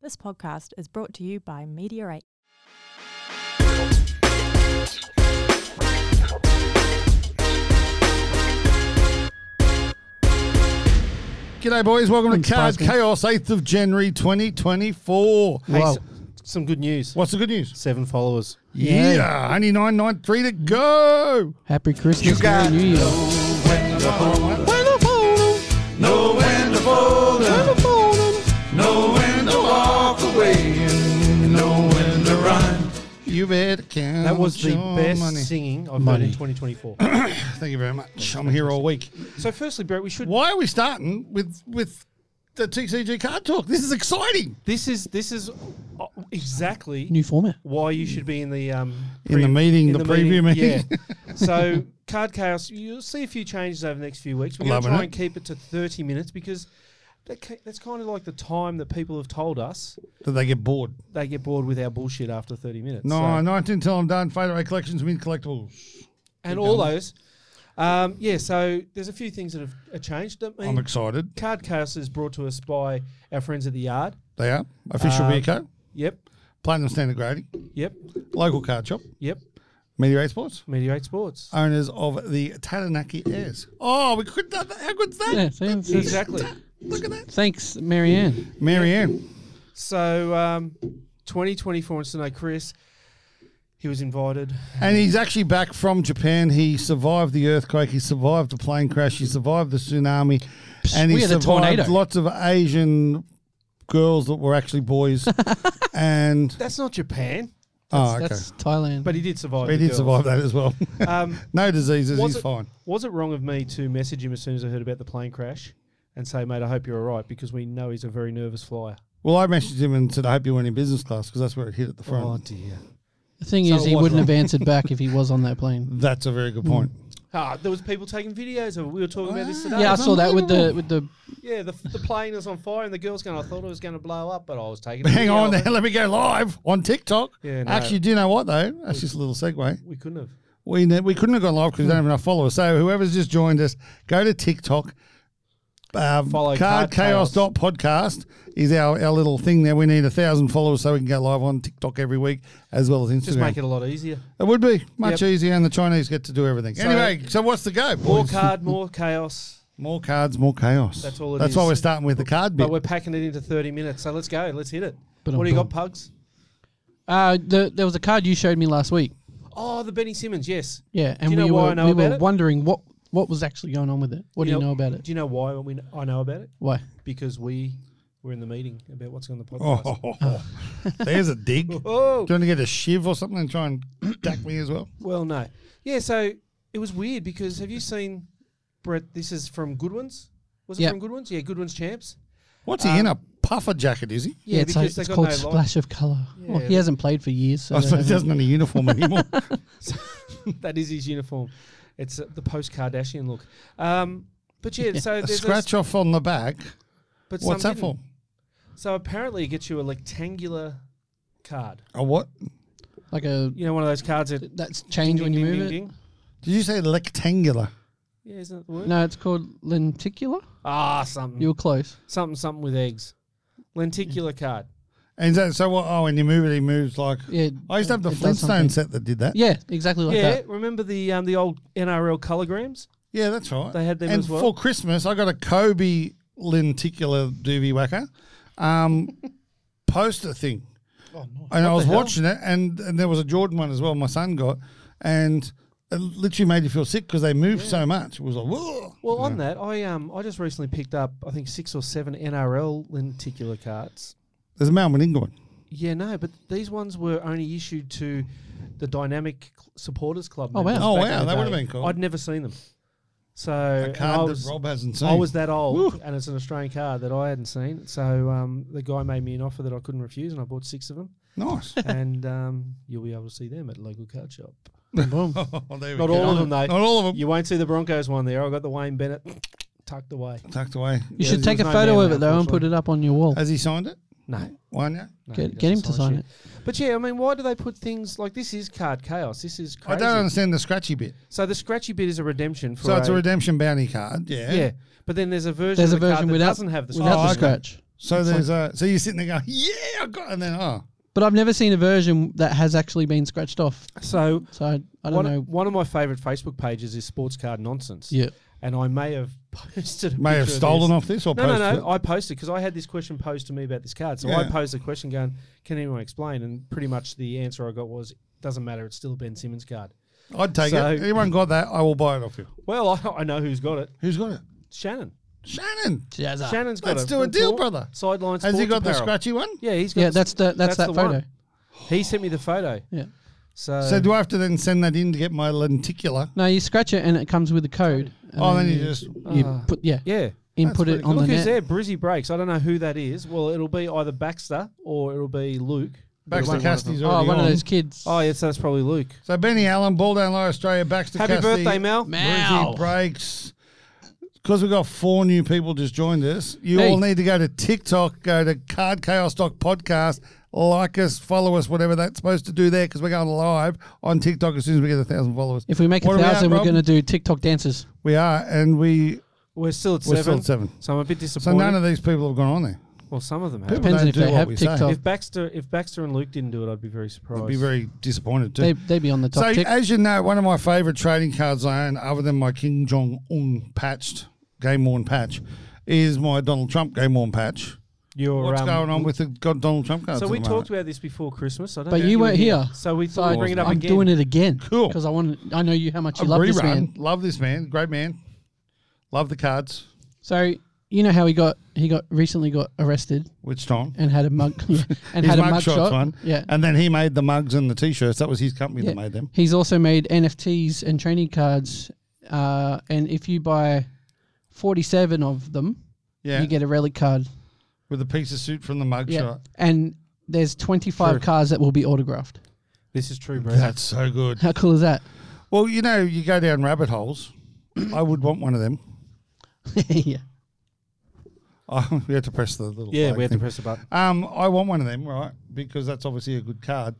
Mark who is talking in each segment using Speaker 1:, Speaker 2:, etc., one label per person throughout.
Speaker 1: This podcast is brought to you by Meteorate.
Speaker 2: G'day, boys. Welcome
Speaker 3: Thanks,
Speaker 2: to Card
Speaker 3: Baskin.
Speaker 2: Chaos, 8th of January 2024.
Speaker 3: Hey,
Speaker 2: Wow.
Speaker 3: s- some good news.
Speaker 2: What's the good news?
Speaker 3: Seven followers.
Speaker 2: Yeah, only 993 to go.
Speaker 3: Happy Christmas.
Speaker 4: got
Speaker 3: Merry New Year.
Speaker 4: Know when to fold 'em, know when to walk away, and know when to run.
Speaker 2: You better count.
Speaker 3: That was the
Speaker 2: your
Speaker 3: best
Speaker 2: money.
Speaker 3: singing I've heard
Speaker 2: Money.
Speaker 3: in 2024.
Speaker 2: Thank you very much. I'm here all week.
Speaker 3: so, firstly, Brett, we should.
Speaker 2: Why are we starting with with the TCG card talk? This is exciting.
Speaker 3: This is this is uh, exactly
Speaker 5: New format.
Speaker 3: why you should be in the um,
Speaker 2: In the meeting, the preview meeting.
Speaker 3: Yeah. so, Card Chaos, you'll see a few changes over the next few weeks. We're going to
Speaker 2: Loving
Speaker 3: try
Speaker 2: it.
Speaker 3: and keep it to 30 minutes because that, ca- that's kind of like the time that people have told us
Speaker 2: Did they get bored?
Speaker 3: they get bored with our bullshit after 30 minutes.
Speaker 2: No,
Speaker 3: So-
Speaker 2: 19 Oh, till I'm done. Fader collections win collectibles.
Speaker 3: and all those. Um, yeah, so there's a few things that have uh, changed. I mean,
Speaker 2: I'm excited.
Speaker 3: Card Chaos is brought to us by our friends at the Yard.
Speaker 2: They are. Official
Speaker 5: Uh,
Speaker 3: Um,
Speaker 2: beer co.
Speaker 3: Yep,
Speaker 2: Platinum standard grading.
Speaker 3: yep,
Speaker 2: Local card shop.
Speaker 3: yep.
Speaker 2: Meteorate Sports.
Speaker 3: Mediate Sports.
Speaker 2: owners of the Taranaki Airs. Oh, we couldn't have that. How good's that?
Speaker 5: Yeah, see, it's- it's-
Speaker 3: exactly.
Speaker 2: Look at that.
Speaker 5: Thanks, Marianne.
Speaker 2: Marianne.
Speaker 3: So, um, 2024 in Snow Chris, he was invited.
Speaker 2: And he's actually back from Japan. He survived the earthquake. He survived the plane crash. He survived the tsunami. And he
Speaker 5: we had a
Speaker 2: survived
Speaker 5: tornado.
Speaker 2: lots of Asian girls that were actually boys. and,
Speaker 3: That's not Japan,
Speaker 2: oh, okay.
Speaker 5: That's Thailand.
Speaker 3: but he did survive.
Speaker 2: He did
Speaker 3: the girls.
Speaker 2: survive that as well.
Speaker 3: Um,
Speaker 2: no diseases.
Speaker 3: was
Speaker 2: He's
Speaker 3: it-
Speaker 2: fine.
Speaker 3: was it wrong of me to message him as soon as I heard about the plane crash and say, mate, I hope you're all right because we know he's a very nervous flyer.
Speaker 2: Well, I messaged him and said, I hope you weren't in business class because that's where it hit at the front.
Speaker 3: Oh, dear.
Speaker 5: the thing
Speaker 3: So
Speaker 5: is,
Speaker 3: it
Speaker 5: he
Speaker 3: was
Speaker 5: wouldn't
Speaker 3: wrong.
Speaker 5: have answered back if he was on that plane.
Speaker 2: That's a very good point.
Speaker 3: Ah, there was people taking videos of it. We were talking about this
Speaker 2: Ah.
Speaker 3: today.
Speaker 5: Yeah, I saw that with the with the.
Speaker 3: Yeah, the, the plane is on fire and the girl's going, I thought it was going to blow up, but I was taking a
Speaker 2: Hang
Speaker 3: video
Speaker 2: on
Speaker 3: of
Speaker 2: there.
Speaker 3: it."
Speaker 2: Let me go live on TikTok.
Speaker 3: Yeah, no.
Speaker 2: Actually, do you know what, though? That's just a little segue.
Speaker 3: We couldn't have.
Speaker 2: We ne- we couldn't have gone live because we don't have enough followers. So whoever's just joined us, go to TikTok. Um,
Speaker 3: Follow Card Chaos.
Speaker 2: cardchaos.podcast is our, our little thing there. We need a thousand followers so we can go live on TikTok every week as well as Instagram.
Speaker 3: Just make it a lot easier.
Speaker 2: it would be much
Speaker 3: Yep.
Speaker 2: easier, and the Chinese get to do everything. anyway, so what's the go?
Speaker 3: More
Speaker 2: Boys?
Speaker 3: card, more chaos.
Speaker 2: more cards, more chaos.
Speaker 3: That's all it
Speaker 2: That's
Speaker 3: is.
Speaker 2: why we're starting with the card bit.
Speaker 3: But we're packing it into 30 minutes, so let's go. Let's hit it.
Speaker 5: But
Speaker 3: what
Speaker 5: I'm
Speaker 3: do you got,
Speaker 5: done.
Speaker 3: Pugs?
Speaker 5: Uh, the, there was a card you showed me last week.
Speaker 3: Oh, the Benny Simmons, yes.
Speaker 5: Yeah, and
Speaker 3: you know
Speaker 5: we
Speaker 3: why I
Speaker 5: were
Speaker 3: know
Speaker 5: we
Speaker 3: about
Speaker 5: were
Speaker 3: it?
Speaker 5: wondering what what was actually going on with it. What do you know about it?
Speaker 3: Do you know why we, kn- I know about it?
Speaker 5: Why?
Speaker 3: Because we were in the meeting about what's on the
Speaker 2: oh,
Speaker 3: podcast.
Speaker 2: ho, ho, ho. there's a dig. Do you
Speaker 3: Oh.
Speaker 2: want to get a shiv or something and try and dack me as well?
Speaker 3: Well, no. Yeah, so it was weird because have you seen, Brett, this is from Goodwin's? Was it
Speaker 5: Yeah.
Speaker 3: from Goodwin's? Yeah, Goodwin's Champs.
Speaker 2: What's he
Speaker 3: Um,
Speaker 2: in a puffer jacket? Is he?
Speaker 3: Yeah,
Speaker 5: it's, like-
Speaker 3: because
Speaker 5: it's
Speaker 3: they
Speaker 5: called
Speaker 3: got no lights.
Speaker 5: Splash of Color. well,
Speaker 3: Yeah.
Speaker 5: he hasn't played for years. So
Speaker 2: I
Speaker 5: they
Speaker 2: suppose Oh, he doesn't
Speaker 5: haven't-
Speaker 2: have any uniform anymore.
Speaker 3: that is his uniform. It's uh, the post Kardashian look. Um, but yeah, so
Speaker 2: a
Speaker 3: there's
Speaker 2: scratch
Speaker 3: A,
Speaker 2: off on the back.
Speaker 3: but some
Speaker 2: What's that for?
Speaker 3: didn't. So apparently, it gets you a rectangular card.
Speaker 2: A what?
Speaker 5: like a
Speaker 3: You know, one of those cards that
Speaker 5: that's change when you move
Speaker 3: ding, ding,
Speaker 5: it.
Speaker 3: ding, ding.
Speaker 2: Did you say rectangular?
Speaker 3: Yeah, isn't that the word?
Speaker 5: No, it's called lenticular.
Speaker 3: Ah, something,
Speaker 5: You were close.
Speaker 3: something, something with eggs. Lenticular card.
Speaker 2: And is that, so what? Oh, when you move it, he moves like.
Speaker 5: Yeah,
Speaker 2: I used to have the
Speaker 5: it does something.
Speaker 2: Flintstone set that did that.
Speaker 5: Yeah, exactly like
Speaker 3: yeah,
Speaker 5: that.
Speaker 3: remember the um, the old NRL colorgrams?
Speaker 2: Yeah, that's right.
Speaker 3: They had them
Speaker 2: and
Speaker 3: as well.
Speaker 2: for Christmas, I got a Kobe lenticular doobie whacker um, poster thing.
Speaker 3: Oh,
Speaker 2: and I was watching it, and, and there was a Jordan one as well. My son got, and it literally made you feel sick because they moved so much. It was like, whoa.
Speaker 3: Well, on that, I um, I just recently picked up, I think six or seven NRL lenticular cards.
Speaker 2: There's a Mal Meninga one.
Speaker 3: Yeah, no, but these ones were only issued to the Dynamic Cl- Supporters Club.
Speaker 5: Oh, wow.
Speaker 3: members
Speaker 2: Oh,
Speaker 3: back in
Speaker 2: wow,
Speaker 3: the
Speaker 2: that would've
Speaker 3: day.
Speaker 2: been cool.
Speaker 3: I'd never seen them. So
Speaker 2: A
Speaker 3: and I
Speaker 2: card
Speaker 3: was,
Speaker 2: that Rob hasn't seen.
Speaker 3: I was that old, and it's an Australian card that I hadn't seen. So um, the guy made me an offer that I couldn't refuse, and I bought six of them.
Speaker 2: nice.
Speaker 3: and um, you'll be able to see them at local card shop.
Speaker 2: Oh, there we
Speaker 3: Not
Speaker 2: go.
Speaker 3: all of them, though.
Speaker 2: Not all of them.
Speaker 3: You won't see the Broncos one there. I got the Wayne Bennett tucked away.
Speaker 2: Tucked away.
Speaker 5: You
Speaker 3: Yeah,
Speaker 5: should
Speaker 3: there
Speaker 5: take a
Speaker 3: was no man
Speaker 5: photo of
Speaker 3: there,
Speaker 5: it though and put it up on your wall.
Speaker 2: Has he signed it?
Speaker 3: No,
Speaker 2: Why not?
Speaker 3: no, he
Speaker 5: Get, get him
Speaker 3: doesn't
Speaker 5: to sign
Speaker 3: shit.
Speaker 5: it.
Speaker 3: But yeah, I mean, why do they put things like this? Is card chaos? This is
Speaker 2: I
Speaker 3: crazy.
Speaker 2: don't understand the scratchy bit.
Speaker 3: So the scratchy bit is a redemption for
Speaker 2: So it's a
Speaker 3: a-
Speaker 2: redemption bounty card. Yeah.
Speaker 3: yeah. But then there's a version
Speaker 5: There's a
Speaker 3: of the
Speaker 5: version
Speaker 3: card that
Speaker 5: without
Speaker 3: doesn't have the
Speaker 5: without
Speaker 2: Oh,
Speaker 5: the
Speaker 2: okay.
Speaker 3: scratch.
Speaker 5: scratch.
Speaker 2: So there's a so you're sitting there going, yeah, I got, and then oh,
Speaker 5: But I've never seen a version that has actually been scratched off.
Speaker 3: So
Speaker 5: So I, I don't
Speaker 3: one,
Speaker 5: know.
Speaker 3: one of my favorite Facebook pages is Sports Card Nonsense.
Speaker 5: Yeah.
Speaker 3: And I may have posted. A
Speaker 2: may have
Speaker 3: picture of
Speaker 2: stolen
Speaker 3: this.
Speaker 2: off this or
Speaker 3: No, no,
Speaker 2: posted
Speaker 3: no.
Speaker 2: it.
Speaker 3: I posted because I had this question posed to me about this card. So I
Speaker 2: Yeah.
Speaker 3: posed the question going, can anyone explain? And pretty much the answer I got was, doesn't matter. It's still a Ben Simmons card.
Speaker 2: I'd take
Speaker 3: So-
Speaker 2: it. Anyone got that? I will buy it off you.
Speaker 3: Well, I, I know who's got it.
Speaker 2: Who's got it?
Speaker 3: Shannon.
Speaker 2: Shannon.
Speaker 5: Jazza.
Speaker 3: Shannon's got
Speaker 2: Let's
Speaker 3: it.
Speaker 2: do a
Speaker 3: It's
Speaker 2: deal,
Speaker 3: all-
Speaker 2: brother.
Speaker 3: Sideline
Speaker 2: Has he
Speaker 3: sports
Speaker 2: got the
Speaker 3: apparel.
Speaker 2: scratchy one?
Speaker 3: Yeah, he's got
Speaker 5: Yeah,
Speaker 3: the-
Speaker 5: that's the that's, that
Speaker 3: the
Speaker 5: photo.
Speaker 3: one. He sent me the photo.
Speaker 5: Yeah.
Speaker 3: So,
Speaker 2: So do I have to then send that in to get my lenticular?
Speaker 5: No, you scratch it and it comes with a code. and
Speaker 2: Oh, then you just
Speaker 5: you
Speaker 3: Ah.
Speaker 5: put yeah,
Speaker 3: yeah.
Speaker 5: input
Speaker 2: pretty
Speaker 5: it on
Speaker 3: Look
Speaker 5: the net.
Speaker 3: who's there, Brizzy Breaks. I don't know who that is. Well, it'll be either Baxter or it'll be Luke.
Speaker 2: Baxter
Speaker 3: One-
Speaker 2: Casty's
Speaker 5: Oh,
Speaker 2: already
Speaker 5: one of
Speaker 2: on.
Speaker 5: those kids.
Speaker 3: Oh, yes, that's probably Luke.
Speaker 2: So Benny Allen, Ball Down Low Australia, Baxter
Speaker 3: Happy
Speaker 2: Cassidy,
Speaker 3: birthday, Mel.
Speaker 5: Mal.
Speaker 2: Brizzy Breaks. Because we've got four new people just joined us, you
Speaker 5: Hey.
Speaker 2: all need to go to TikTok, go to Card Chaos Doc Podcast, like us, follow us, whatever that's supposed to do there, because we're going live on TikTok as soon as we get a thousand followers.
Speaker 5: If we make
Speaker 2: What
Speaker 5: a
Speaker 2: are we at,
Speaker 5: thousand, we're
Speaker 2: Rob?
Speaker 5: going to do TikTok dances.
Speaker 2: We are, and we
Speaker 3: We're still at
Speaker 2: we're
Speaker 3: seven.
Speaker 2: still at seven.
Speaker 3: So I'm a bit
Speaker 2: So
Speaker 3: disappointed.
Speaker 2: none of these people have gone on there.
Speaker 3: well, some of them have.
Speaker 2: People
Speaker 5: Depends
Speaker 2: don't
Speaker 5: if
Speaker 2: do
Speaker 5: they
Speaker 2: what
Speaker 5: have
Speaker 2: we say.
Speaker 5: TikTok.
Speaker 3: If Baxter, if Baxter and Luke didn't do it, I'd be very surprised.
Speaker 2: I'd be very disappointed too.
Speaker 5: They they be on the top
Speaker 2: So,
Speaker 5: tick.
Speaker 2: as you know, one of my favourite trading cards I own, other than my King Jong Un patched game worn patch, is my Donald Trump game worn patch.
Speaker 3: You're,
Speaker 2: What's
Speaker 3: um,
Speaker 2: going on with the God Donald Trump cards?
Speaker 3: So
Speaker 2: at
Speaker 3: we
Speaker 2: the
Speaker 3: talked
Speaker 2: moment?
Speaker 3: about this before Christmas. I don't
Speaker 5: But
Speaker 3: think
Speaker 5: you weren't here.
Speaker 3: So we
Speaker 5: So
Speaker 3: thought we'd bring it up
Speaker 5: I'm
Speaker 3: again.
Speaker 5: doing it again.
Speaker 2: Cool.
Speaker 5: Because I want I know you how much you
Speaker 2: A
Speaker 5: love
Speaker 2: rerun.
Speaker 5: this man.
Speaker 2: Love this man. Great man. Love the cards.
Speaker 5: So you know how he got he got recently got arrested
Speaker 2: Which time?
Speaker 5: and had a mug and
Speaker 2: His
Speaker 5: had a
Speaker 2: mug
Speaker 5: mug
Speaker 2: shots
Speaker 5: shot.
Speaker 2: one.
Speaker 5: Yeah.
Speaker 2: And then he made the mugs and the t-shirts. That was his company
Speaker 5: yeah.
Speaker 2: that made them.
Speaker 5: He's also made NFTs and training cards. Uh, and if you buy forty seven of them,
Speaker 2: Yeah.
Speaker 5: you get a relic card.
Speaker 2: With a piece of suit from the mug
Speaker 5: Yeah.
Speaker 2: shot.
Speaker 5: And there's twenty
Speaker 3: True.
Speaker 5: five cards that will be autographed.
Speaker 3: This is true, bro.
Speaker 2: Oh, That's so good.
Speaker 5: How cool is that?
Speaker 2: Well, you know, you go down rabbit holes. I would want one of them.
Speaker 5: yeah.
Speaker 2: Oh, we had to press the little.
Speaker 3: yeah,
Speaker 2: flag
Speaker 3: we had to
Speaker 2: thing.
Speaker 3: press the button.
Speaker 2: Um, I want one of them, right? Because that's obviously a good card.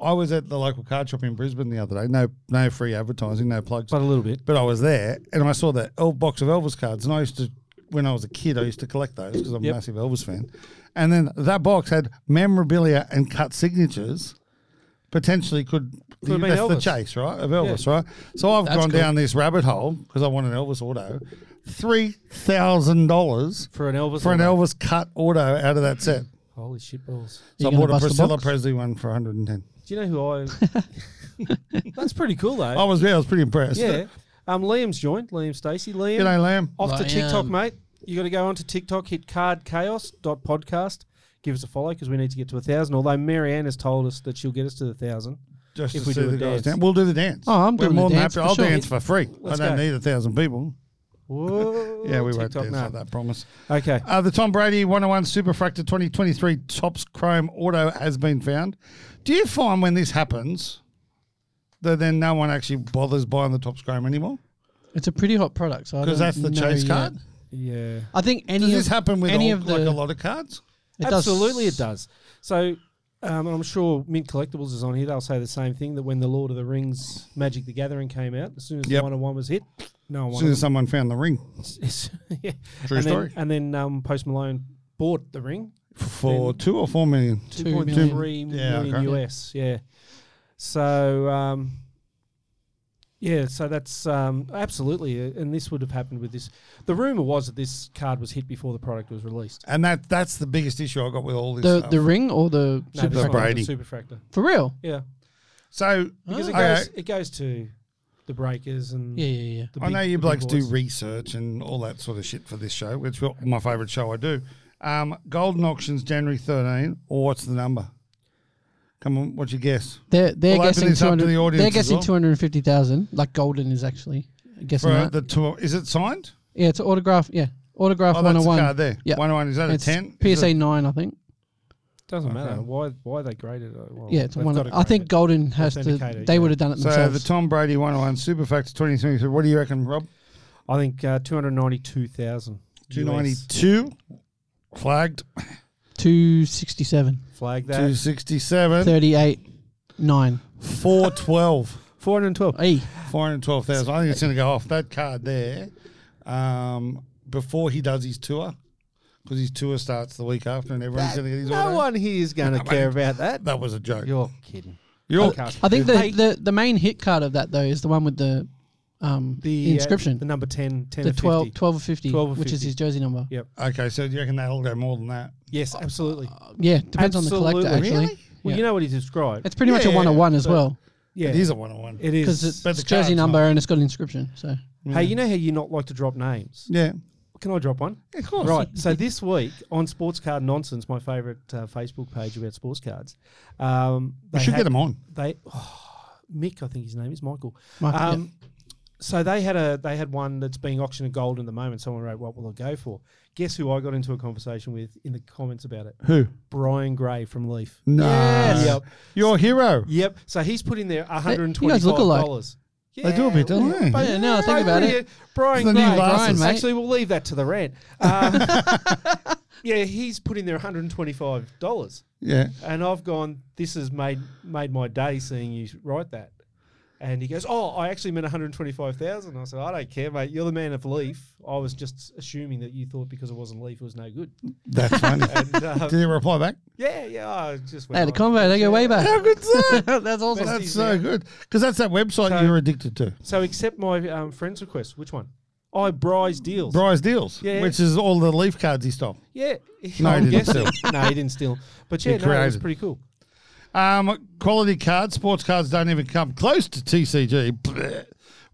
Speaker 2: I was at the local card shop in Brisbane the other day. No, no free advertising, no plugs.
Speaker 3: But a little bit.
Speaker 2: But I was there and I saw that El box of Elvis cards, and I used to, when I was a kid, I used to collect those because I'm
Speaker 3: Yep.
Speaker 2: a massive Elvis fan. And then that box had memorabilia and cut signatures. Potentially could,
Speaker 3: Could have been
Speaker 2: that's the
Speaker 3: Elvis.
Speaker 2: chase right of Elvis right. So I've
Speaker 5: That's
Speaker 2: gone
Speaker 5: cool.
Speaker 2: down this rabbit hole because I want an Elvis auto, three thousand dollars
Speaker 3: For an Elvis.
Speaker 2: for an
Speaker 3: album.
Speaker 2: Elvis cut auto out of that set.
Speaker 3: Holy shit balls.
Speaker 2: So I
Speaker 5: You gonna
Speaker 2: bought a
Speaker 5: bust the
Speaker 2: Priscilla
Speaker 5: box?
Speaker 2: Presley one for 110.
Speaker 3: Do you know who I? That's pretty cool though.
Speaker 2: I was there. I was pretty impressed.
Speaker 3: yeah. Um, Liam's joined. Liam Stacey. Liam,
Speaker 2: G'day, Lamb.
Speaker 3: off to
Speaker 5: Liam.
Speaker 3: TikTok, mate. You got to go on to TikTok. Hit cardchaos.podcast. Give us a follow because we need to get to a thousand. Although Marianne has told us that she'll get us to the thousand.
Speaker 2: Just
Speaker 3: If
Speaker 2: to
Speaker 3: we
Speaker 2: see
Speaker 3: do a
Speaker 2: the guys
Speaker 3: dance.
Speaker 2: dance. We'll do the dance.
Speaker 5: Oh, I'm
Speaker 2: We're
Speaker 5: doing the
Speaker 2: more than
Speaker 5: dance
Speaker 2: happy.
Speaker 5: for
Speaker 2: I'll
Speaker 5: sure.
Speaker 2: dance for free.
Speaker 3: Let's
Speaker 2: I don't
Speaker 3: go.
Speaker 2: need a thousand people.
Speaker 3: Whoa.
Speaker 2: Yeah, we won't
Speaker 3: TikTok
Speaker 2: dance
Speaker 3: now.
Speaker 2: like that, promise.
Speaker 3: Okay.
Speaker 2: Uh, the Tom Brady 101 Super Fractor 2023 Tops Chrome Auto has been found. Do you find when this happens that then no one actually bothers buying the Tops Chrome anymore?
Speaker 5: It's a pretty hot product. So I
Speaker 2: Because
Speaker 5: don't
Speaker 2: that's the
Speaker 5: know
Speaker 2: chase
Speaker 5: yet.
Speaker 2: card?
Speaker 3: Yeah.
Speaker 5: I think any
Speaker 2: Does
Speaker 5: of
Speaker 2: this happen with
Speaker 5: any
Speaker 2: all,
Speaker 5: of the
Speaker 2: like a lot of cards?
Speaker 5: it does-
Speaker 3: Absolutely, it does. So, um, and I'm sure Mint Collectibles is on here. They'll say the same thing that when the Lord of the Rings Magic the Gathering came out, as soon as
Speaker 2: Yep.
Speaker 3: the 101 was hit, no
Speaker 2: As soon
Speaker 3: one wanted
Speaker 2: as someone found the ring.
Speaker 3: it. yeah.
Speaker 2: True
Speaker 3: and
Speaker 2: story.
Speaker 3: Then, and then um, Post Malone bought the ring,
Speaker 2: For two or four million.
Speaker 5: Two
Speaker 3: 2.3
Speaker 5: million.
Speaker 3: million
Speaker 2: Yeah, okay.
Speaker 3: US. Yeah. So, um, yeah, so that's um, absolutely, uh, and this would have happened with this. The rumor was that this card was hit before the product was released.
Speaker 2: And that that's the biggest issue I got with all this
Speaker 5: The
Speaker 2: stuff.
Speaker 5: the ring or the
Speaker 3: No,
Speaker 2: Super
Speaker 3: this one was
Speaker 2: Brady.
Speaker 3: the Superfractor.
Speaker 5: for real?
Speaker 3: Yeah.
Speaker 2: so
Speaker 3: Because it
Speaker 2: Okay.
Speaker 3: goes, it goes to the breakers and
Speaker 5: Yeah, yeah, yeah.
Speaker 3: the
Speaker 2: I know
Speaker 3: big-
Speaker 2: you
Speaker 3: the big
Speaker 2: blokes do
Speaker 3: boys.
Speaker 2: research and all that sort of shit for this show, which is my favourite show I do. Um, Golden auctions January 13, or what's the number? Come on, what's your guess?
Speaker 5: They're they're
Speaker 2: We'll open
Speaker 5: guessing
Speaker 2: this
Speaker 5: two
Speaker 2: up to the
Speaker 5: hundred.
Speaker 2: audience
Speaker 5: they're
Speaker 2: as
Speaker 5: guessing
Speaker 2: well.
Speaker 5: two hundred and fifty thousand. Like Golden is actually guessing
Speaker 2: For
Speaker 5: that.
Speaker 2: the tour, is it signed?
Speaker 5: yeah, it's autograph. Yeah, autograph
Speaker 2: Oh,
Speaker 5: one
Speaker 2: that's
Speaker 5: hundred
Speaker 2: the
Speaker 5: one.
Speaker 2: card there.
Speaker 5: Yeah.
Speaker 2: 101, is that
Speaker 5: It's
Speaker 2: a 10?
Speaker 5: PSA nine, I think.
Speaker 3: Doesn't matter
Speaker 2: Okay.
Speaker 3: why why they graded it.
Speaker 2: Oh,
Speaker 3: Well,
Speaker 5: yeah, it's
Speaker 3: they've
Speaker 5: one.
Speaker 3: gotta
Speaker 5: Of, I
Speaker 3: grade
Speaker 5: think
Speaker 3: it.
Speaker 5: Golden has
Speaker 3: That's
Speaker 5: to.
Speaker 3: indicated,
Speaker 5: They
Speaker 3: yeah.
Speaker 5: would have done it
Speaker 2: So
Speaker 5: themselves.
Speaker 2: the Tom Brady 101 Superfactor 2023. What do you reckon, Rob?
Speaker 3: I think uh, two hundred ninety two thousand.
Speaker 2: 292, flagged,
Speaker 5: two sixty seven,
Speaker 3: Flag that
Speaker 2: 267,
Speaker 5: thirty eight, nine.
Speaker 2: 412.
Speaker 3: four hundred twelve.
Speaker 5: Hey,
Speaker 2: Four hundred twelve thousand. I think it's going to go off that card there um, before he does his tour, because his tour starts the week after and everyone's going to get his
Speaker 4: no
Speaker 2: auto.
Speaker 4: one here is going to care about that.
Speaker 2: That was a joke.
Speaker 4: You're kidding.
Speaker 2: You're-
Speaker 3: Podcast.
Speaker 5: I think
Speaker 3: Hey,
Speaker 5: the, the, the main hit card of that though is the one with the um
Speaker 3: uh,
Speaker 5: the inscription,
Speaker 3: the number 10, 10
Speaker 5: the
Speaker 3: to
Speaker 5: 12,
Speaker 3: 50.
Speaker 5: 12 or 50,
Speaker 3: 12 or
Speaker 5: which is
Speaker 3: 50.
Speaker 5: his jersey number.
Speaker 3: Yeah.
Speaker 2: okay, so do you reckon that'll go more than that?
Speaker 3: Yes, absolutely.
Speaker 5: Uh, yeah, depends on the collector
Speaker 3: Absolutely.
Speaker 5: actually.
Speaker 3: Well,
Speaker 5: Yeah.
Speaker 3: you know what he described.
Speaker 5: it's pretty much a
Speaker 2: Yeah,
Speaker 5: one on one as
Speaker 3: but-
Speaker 5: well
Speaker 3: yeah,
Speaker 2: It is a one on one.
Speaker 3: It
Speaker 5: because
Speaker 3: is.
Speaker 5: it's,
Speaker 2: But the
Speaker 5: jersey
Speaker 2: card's
Speaker 5: number
Speaker 2: not.
Speaker 5: and it's got an inscription. So
Speaker 3: hey, you know how you not like to drop names?
Speaker 2: Yeah.
Speaker 3: Can I drop one?
Speaker 2: Of
Speaker 5: Oh,
Speaker 2: course.
Speaker 3: Right. So this week on Sports Card Nonsense, my favourite uh, Facebook page about sports cards, um, they
Speaker 2: We should
Speaker 3: had-
Speaker 2: get him on.
Speaker 3: They oh, Mick, I think his name is Michael.
Speaker 5: Michael, yeah.
Speaker 3: Um, So they had a they had one that's being auctioned at gold in the moment. Someone wrote, "What will I go for?" Guess who I got into a conversation with in the comments about it?
Speaker 2: Who?
Speaker 3: Brian Gray from Leaf.
Speaker 2: No.
Speaker 3: Yep.
Speaker 2: Your hero.
Speaker 3: Yep. So he's put in there one hundred and
Speaker 5: you guys look
Speaker 3: twenty-five
Speaker 5: alike.
Speaker 3: dollars.
Speaker 2: They do a bit, don't they?
Speaker 5: Yeah, now I think about it.
Speaker 3: Brian
Speaker 2: The new
Speaker 3: Gray.
Speaker 2: glasses.
Speaker 5: Brian, mate.
Speaker 3: Actually, we'll leave that to the rant. Uh, yeah, he's put in there one hundred and twenty-five dollars,
Speaker 2: Yeah.
Speaker 3: and I've gone. This has made made my day seeing you write that. And he goes, "Oh, I actually meant one hundred twenty-five thousand. I said, "I don't care, mate. You're the man of Leaf. I was just assuming that you thought because it wasn't Leaf, it was no good."
Speaker 2: That's funny.
Speaker 3: And, uh,
Speaker 2: Did he reply back?
Speaker 3: yeah, yeah, I just
Speaker 5: they
Speaker 3: went
Speaker 5: had a
Speaker 3: on.
Speaker 5: convo. They go way back.
Speaker 2: How good's that?
Speaker 5: That's awesome.
Speaker 3: Best-
Speaker 2: That's so good. Because that's that website
Speaker 3: So-
Speaker 2: you're addicted to.
Speaker 3: So accept my um, friend's request. Which one? I Bry's deals.
Speaker 2: Bryce Deals,
Speaker 3: Yeah.
Speaker 2: which is all the leaf cards he stole.
Speaker 3: Yeah.
Speaker 2: No,
Speaker 3: I'm
Speaker 2: he didn't
Speaker 3: guessing. no, he didn't steal. But
Speaker 2: He
Speaker 3: yeah, no, it was
Speaker 2: created.
Speaker 3: pretty cool.
Speaker 2: Um, quality cards, sports cards don't even come close to TCG. Blech.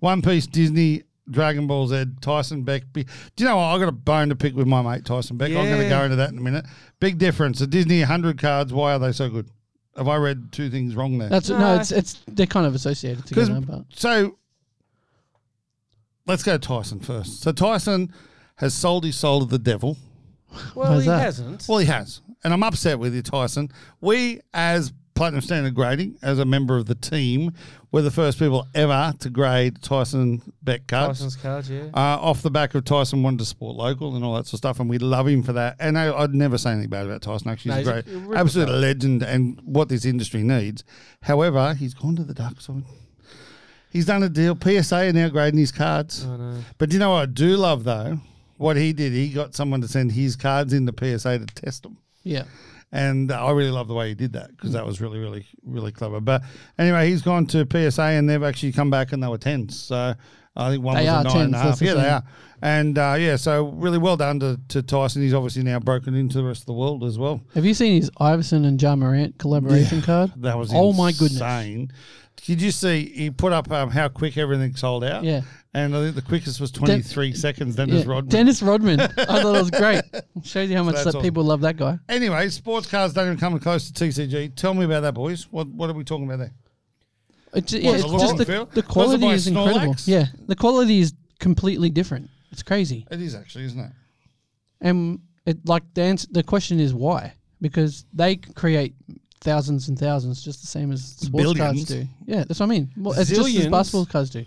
Speaker 2: One Piece, Disney, Dragon Ball Z, Tyson Beck. Be- Do you know what? I've got a bone to pick with my mate Tyson Beck. I'm going to
Speaker 3: Yeah.
Speaker 2: go into that in a minute. Big difference. The Disney 100 cards, why are they so good? Have I read two things wrong there?
Speaker 5: That's
Speaker 3: No.
Speaker 5: no, it's it's they're kind of associated together, but
Speaker 2: So let's go Tyson first. So Tyson has sold his soul to the devil.
Speaker 3: Well,
Speaker 5: How's
Speaker 3: he
Speaker 5: that?
Speaker 3: hasn't.
Speaker 2: Well, he has. And I'm upset with you, Tyson. We, as Platinum Standard Grading, as a member of the team, were the first people ever to grade Tyson Beck cards.
Speaker 3: Tyson's cards, yeah.
Speaker 2: Uh, off the back of Tyson wanted to support local and all that sort of stuff, and we love him for that. And I, I'd never say anything bad about Tyson. Actually,
Speaker 3: No,
Speaker 2: he's,
Speaker 3: he's a
Speaker 2: a
Speaker 3: good
Speaker 2: great,
Speaker 3: ripper,
Speaker 2: absolute legend, and what this industry needs. However, he's gone to the dark side. He's done a deal. PSA are now grading his cards.
Speaker 3: I know.
Speaker 2: But do you know what I do love though? What he did, he got someone to send his cards into PSA to test them.
Speaker 5: yeah.
Speaker 2: And uh, I really love the way he did that because
Speaker 5: Mm.
Speaker 2: that was really, really, really clever. But anyway, he's gone to PSA and they've actually come back and they were tens. So I think one
Speaker 5: They
Speaker 2: was
Speaker 5: are
Speaker 2: a nine and a
Speaker 5: 10s,
Speaker 2: half.
Speaker 5: that's the
Speaker 2: Yeah, they
Speaker 5: thing.
Speaker 2: are. And uh, yeah, so really well done to, to Tyson. He's obviously now broken into the rest of the world as well.
Speaker 5: Have you seen his Iverson and Ja Morant collaboration card?
Speaker 2: That was
Speaker 5: oh my goodness.
Speaker 2: insane. Did you see he put up um, how quick everything sold out?
Speaker 5: Yeah.
Speaker 2: And I think the quickest was 23 seconds. Then
Speaker 5: Yeah,
Speaker 2: is Rodman.
Speaker 5: Dennis Rodman. I thought it was great. Shows you how much
Speaker 2: that's
Speaker 5: that
Speaker 2: awesome.
Speaker 5: people love that guy.
Speaker 2: Anyway, sports cars don't even come close to TCG. Tell me about that, boys. What what are we talking about there?
Speaker 5: It's, yeah,
Speaker 2: it's
Speaker 5: it's
Speaker 2: a
Speaker 5: just
Speaker 2: long
Speaker 5: the,
Speaker 2: field.
Speaker 5: the
Speaker 2: Does it buy
Speaker 5: quality is incredible.
Speaker 2: Snorlax?
Speaker 5: Yeah, the quality is completely different. It's crazy,
Speaker 2: It is actually, isn't it?
Speaker 5: and it like the answer, the question is why? Because they create thousands and thousands, just the same as sports
Speaker 2: Billions.
Speaker 5: cards do. Yeah, that's what I mean. Well, it's just as
Speaker 3: Zillions.
Speaker 5: basketball cards do.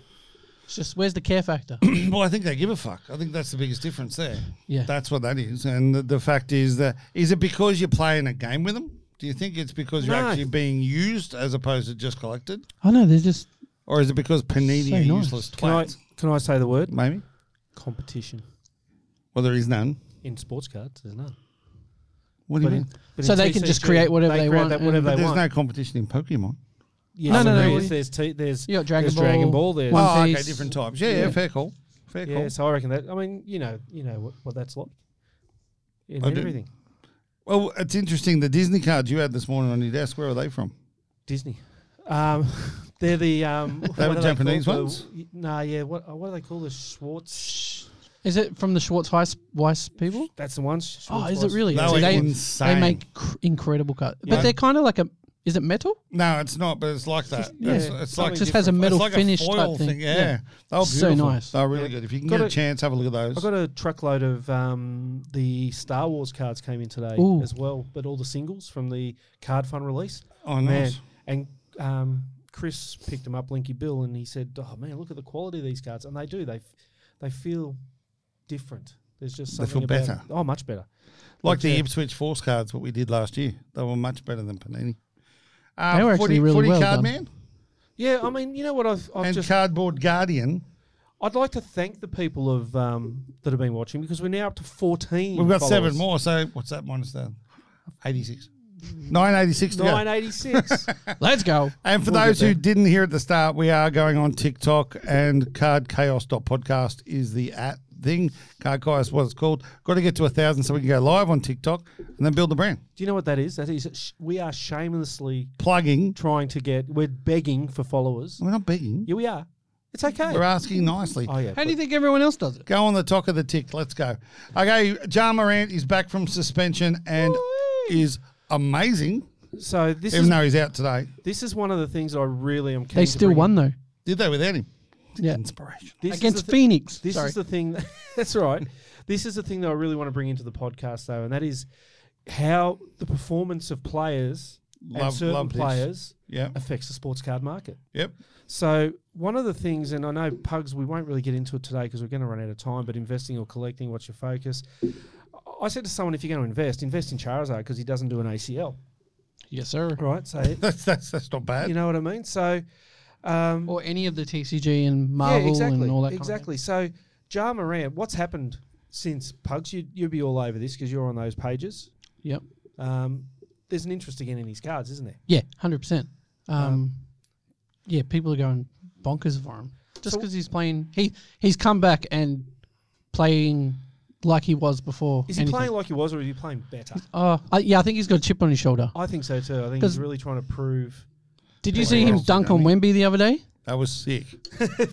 Speaker 5: It's just where's the care factor?
Speaker 2: Well, I think they give a fuck. I think that's the biggest difference there.
Speaker 5: Yeah.
Speaker 2: That's what that is. And the, the fact is that is it because you're playing a game with them? Do you think it's because you're
Speaker 3: No.
Speaker 2: actually being used as opposed to just collected?
Speaker 5: I know they're just
Speaker 2: Or is it because Panini
Speaker 5: So
Speaker 2: are
Speaker 5: nice.
Speaker 2: useless
Speaker 3: Can I,
Speaker 2: twats?
Speaker 3: can I say the word?
Speaker 2: Maybe.
Speaker 3: Competition.
Speaker 2: Well, there is none.
Speaker 3: In sports cards, there's none.
Speaker 2: What do you
Speaker 3: But
Speaker 2: mean?
Speaker 3: in- but
Speaker 5: So
Speaker 3: in
Speaker 5: they can just
Speaker 3: TCG,
Speaker 5: create whatever they
Speaker 3: create
Speaker 5: want
Speaker 3: That
Speaker 5: and-
Speaker 3: whatever
Speaker 5: But
Speaker 2: But
Speaker 3: they
Speaker 2: there's
Speaker 3: want.
Speaker 2: no competition in Pokemon.
Speaker 3: Yes,
Speaker 5: No, no,
Speaker 3: there
Speaker 5: no,
Speaker 3: is.
Speaker 5: we-
Speaker 3: There's, t- there's,
Speaker 5: You got Dragon
Speaker 3: there's
Speaker 5: Ball,
Speaker 3: Dragon Ball. There's
Speaker 5: One
Speaker 2: oh, okay,
Speaker 5: Piece.
Speaker 2: different types. Yeah, yeah,
Speaker 5: Yeah.
Speaker 2: fair call. Fair
Speaker 3: yeah,
Speaker 2: call.
Speaker 3: so I reckon that. I mean, you know, you know what, what that's like. In
Speaker 2: I do.
Speaker 3: everything,
Speaker 2: Well, it's interesting. The Disney cards you had this morning on your desk, where are they from?
Speaker 3: Disney. Um, they're the um, what
Speaker 2: were
Speaker 3: are they
Speaker 2: Japanese
Speaker 3: called? The-
Speaker 2: ones?
Speaker 3: nah, yeah. What uh, what do they call the Schwartz?
Speaker 5: Is it from the Schwartz Weiss, Weiss people?
Speaker 3: That's the one.
Speaker 5: Oh,
Speaker 3: Schwartz
Speaker 5: is it
Speaker 3: was.
Speaker 5: really?
Speaker 2: They
Speaker 5: So
Speaker 2: were
Speaker 5: they,
Speaker 2: insane.
Speaker 5: they make cr- incredible cards,
Speaker 3: Yeah.
Speaker 5: but they're kind of like a. Is it metal?
Speaker 2: No, it's not, but it's like that.
Speaker 5: yeah.
Speaker 2: It's, it's like
Speaker 5: It just has a metal
Speaker 2: it's like
Speaker 5: finish
Speaker 2: a
Speaker 5: type
Speaker 2: foil
Speaker 5: thing.
Speaker 2: Yeah,
Speaker 5: Yeah.
Speaker 2: they were
Speaker 5: So
Speaker 2: beautiful.
Speaker 5: nice.
Speaker 2: They were really
Speaker 3: Yeah.
Speaker 2: good. If you can
Speaker 3: Got
Speaker 2: get a
Speaker 3: it.
Speaker 2: chance, have a look at
Speaker 3: I
Speaker 2: those.
Speaker 3: got a truckload of um, the Star Wars cards came in today
Speaker 5: Ooh.
Speaker 3: as well, but all the singles from the card fund release.
Speaker 2: oh, nice.
Speaker 3: Man, and um, Chris picked them up, Linky Bill, and he said, "Oh man, look at the quality of these cards." And they do. They f- they feel different. There's just
Speaker 2: They
Speaker 3: something
Speaker 2: feel
Speaker 3: about
Speaker 2: better.
Speaker 3: it. Oh, much better.
Speaker 2: Like the
Speaker 3: Yeah.
Speaker 2: Ipswich Force cards, what we did last year. They were much better than Panini. Uh,
Speaker 5: They were actually really well
Speaker 2: card
Speaker 5: done.
Speaker 2: man
Speaker 3: Yeah, I mean, you know what? I've, I've
Speaker 2: and
Speaker 3: just
Speaker 2: cardboard guardian.
Speaker 3: I'd like to thank the people of um, that have been watching because we're now up to 14.
Speaker 2: We've got seven
Speaker 3: followers.
Speaker 2: more, so what's that minus that? 86. 986 to go.
Speaker 3: 986.
Speaker 5: Let's go.
Speaker 2: And for
Speaker 3: We'll get
Speaker 2: those who
Speaker 3: there.
Speaker 2: didn't hear at the start, we are going on TikTok and cardchaos.podcast is the at thing. Card Chaos is what it's called. Got to get to a thousand so we can go live on TikTok and then build the brand.
Speaker 3: Do you know what that is? That is, uh, sh- we are shamelessly
Speaker 2: Plugging.
Speaker 3: trying to get, we're begging for followers.
Speaker 2: We're not begging.
Speaker 3: Here we are. It's okay.
Speaker 2: We're asking nicely.
Speaker 3: Oh, yeah.
Speaker 5: How do you think everyone else does it?
Speaker 2: Go on the talk of the tick. Let's go. Okay, Jar Morant is back from suspension and is amazing,
Speaker 3: but- so this
Speaker 2: even
Speaker 3: is,
Speaker 2: though he's out today.
Speaker 3: this is one of the things that I really am keen
Speaker 5: They
Speaker 3: to
Speaker 5: still
Speaker 3: bring
Speaker 5: won
Speaker 3: in.
Speaker 5: though.
Speaker 2: Did they without him?
Speaker 5: Yeah.
Speaker 2: Inspiration.
Speaker 3: This is
Speaker 5: Against
Speaker 3: the thi-
Speaker 5: Phoenix.
Speaker 3: This
Speaker 5: Sorry.
Speaker 3: is the thing. That, that's all right. This is the thing that I really want to bring into the podcast, though, and that is how the performance of players and
Speaker 2: Love-
Speaker 3: certain
Speaker 2: love this.
Speaker 3: players
Speaker 2: Yep.
Speaker 3: affects the sports card market.
Speaker 2: Yep.
Speaker 3: So one of the things, and I know pugs, we won't really get into it today because we're going to run out of time. But investing or collecting, what's your focus? I said to someone, if you're going to invest, invest in Charizard because he doesn't do an ACL,
Speaker 5: yes, sir.
Speaker 3: right? So
Speaker 2: That's that's that's not bad.
Speaker 3: you know what I mean. So um,
Speaker 5: Or any of the TCG and Marvel
Speaker 3: exactly,
Speaker 5: and all that.
Speaker 3: Exactly. So, Jar Moran, what's happened since Pugs? You, you'd be all over this because you're on those pages.
Speaker 5: Kind of thing.
Speaker 3: Um, there's an interest again in his cards, isn't there?
Speaker 5: Yep. Yeah, hundred percent.
Speaker 3: Uh,
Speaker 5: Um, yeah, people are going bonkers for him just
Speaker 3: So-
Speaker 5: because he's playing. He he's come back and playing like he was before.
Speaker 3: Is he
Speaker 5: anything.
Speaker 3: playing like he was, or is he playing better?
Speaker 5: Oh, I, yeah, I think he's got a chip on his shoulder.
Speaker 3: I think so too. I think he's
Speaker 5: 'Cause-
Speaker 3: really trying to prove.
Speaker 5: Did you
Speaker 2: Well,
Speaker 5: see
Speaker 2: he
Speaker 5: him
Speaker 2: also
Speaker 5: dunk on Wemby the other day?
Speaker 2: That was sick.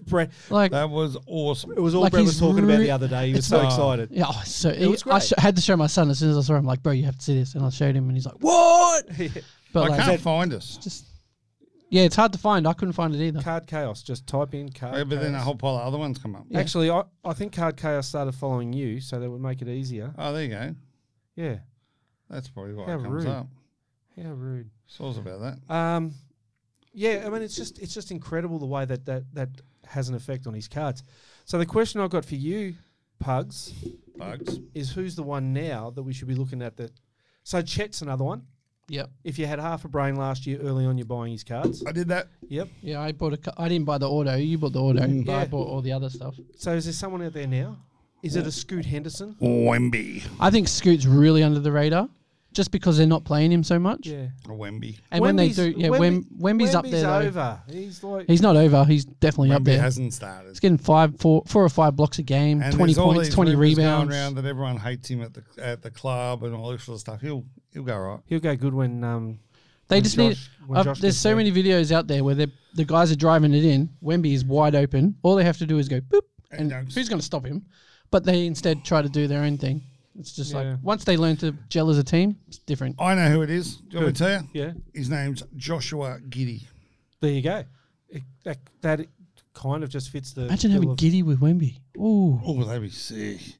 Speaker 3: Brett,
Speaker 5: Like,
Speaker 2: That was awesome.
Speaker 3: it was all
Speaker 5: Like
Speaker 3: Brett
Speaker 5: he's
Speaker 3: was talking about
Speaker 5: re-
Speaker 3: the other day. He was
Speaker 5: it's
Speaker 3: so
Speaker 2: not-
Speaker 3: excited.
Speaker 5: yeah, oh, so he-
Speaker 3: was
Speaker 5: I
Speaker 3: great.
Speaker 5: sh- had to show my son as soon as I saw him. Like, bro, you have to see this, and I showed him, and he's like, "What?" But
Speaker 2: I
Speaker 5: like,
Speaker 2: can't find us.
Speaker 5: just yeah, it's hard to find. I couldn't find it either.
Speaker 3: Card chaos. Just type in card.
Speaker 2: But
Speaker 3: chaos.
Speaker 2: then a whole pile of other ones come up.
Speaker 5: Yeah.
Speaker 3: Actually, I, I think Card Chaos started following you, so that would make it easier.
Speaker 2: Oh, there you go.
Speaker 3: Yeah.
Speaker 2: That's probably why
Speaker 3: How
Speaker 2: it comes
Speaker 3: rude.
Speaker 2: up.
Speaker 3: How rude.
Speaker 2: Sorry about that.
Speaker 3: Um, yeah, I mean, it's just it's just incredible the way that that that has an effect on his cards. So the question I've got for you, Pugs,
Speaker 2: Bugs.
Speaker 3: is who's the one now that we should be looking at? That so Chet's another one.
Speaker 5: Yep.
Speaker 3: If you had half a brain last year, early on, you're buying his cards.
Speaker 2: I did that.
Speaker 3: Yep.
Speaker 5: Yeah, I bought a. cou- I didn't buy the auto. You bought the auto. But
Speaker 3: Mm. Yeah.
Speaker 5: I bought all the other stuff.
Speaker 3: So is there someone out there now? Is it a Scoot Henderson?
Speaker 2: Wemby.
Speaker 5: I think Scoot's really under the radar, just because they're not playing him so much.
Speaker 3: Yeah.
Speaker 2: A Wemby.
Speaker 5: And when they
Speaker 3: Wemby's-
Speaker 5: do, yeah, Wem, Wemby's up there. Though.
Speaker 3: over. He's like
Speaker 5: He's not over. He's definitely up
Speaker 2: Wemby
Speaker 5: there.
Speaker 2: hasn't started.
Speaker 5: He's getting five, four, four or five blocks a game, twenty
Speaker 2: there's all
Speaker 5: points,
Speaker 2: these
Speaker 5: twenty
Speaker 2: rumours
Speaker 5: rebounds.
Speaker 2: Going around that everyone hates him at the at the club and all this sort of stuff. He'll he'll go right.
Speaker 3: he'll go good when um
Speaker 5: They
Speaker 3: when
Speaker 5: just
Speaker 3: Josh-
Speaker 5: need.
Speaker 3: when
Speaker 5: I've,
Speaker 3: Josh
Speaker 5: there's
Speaker 3: gets
Speaker 5: so
Speaker 3: there.
Speaker 5: many videos out there where the the guys are driving it in. Wemby is wide open. All they have to do is go boop, and
Speaker 2: dunks.
Speaker 5: who's going to stop him? But they instead try to do their own thing. It's just
Speaker 3: Yeah.
Speaker 5: like once they learn to gel as a team, it's different.
Speaker 2: I know who it is. Do you want me to tell you?
Speaker 3: yeah.
Speaker 2: His name's Joshua Giddy.
Speaker 3: There you go. It, that that kind of just fits the
Speaker 5: Imagine
Speaker 3: bill
Speaker 5: having
Speaker 3: of-
Speaker 5: giddy with Wemby. Ooh,
Speaker 2: Oh, that'd be sick.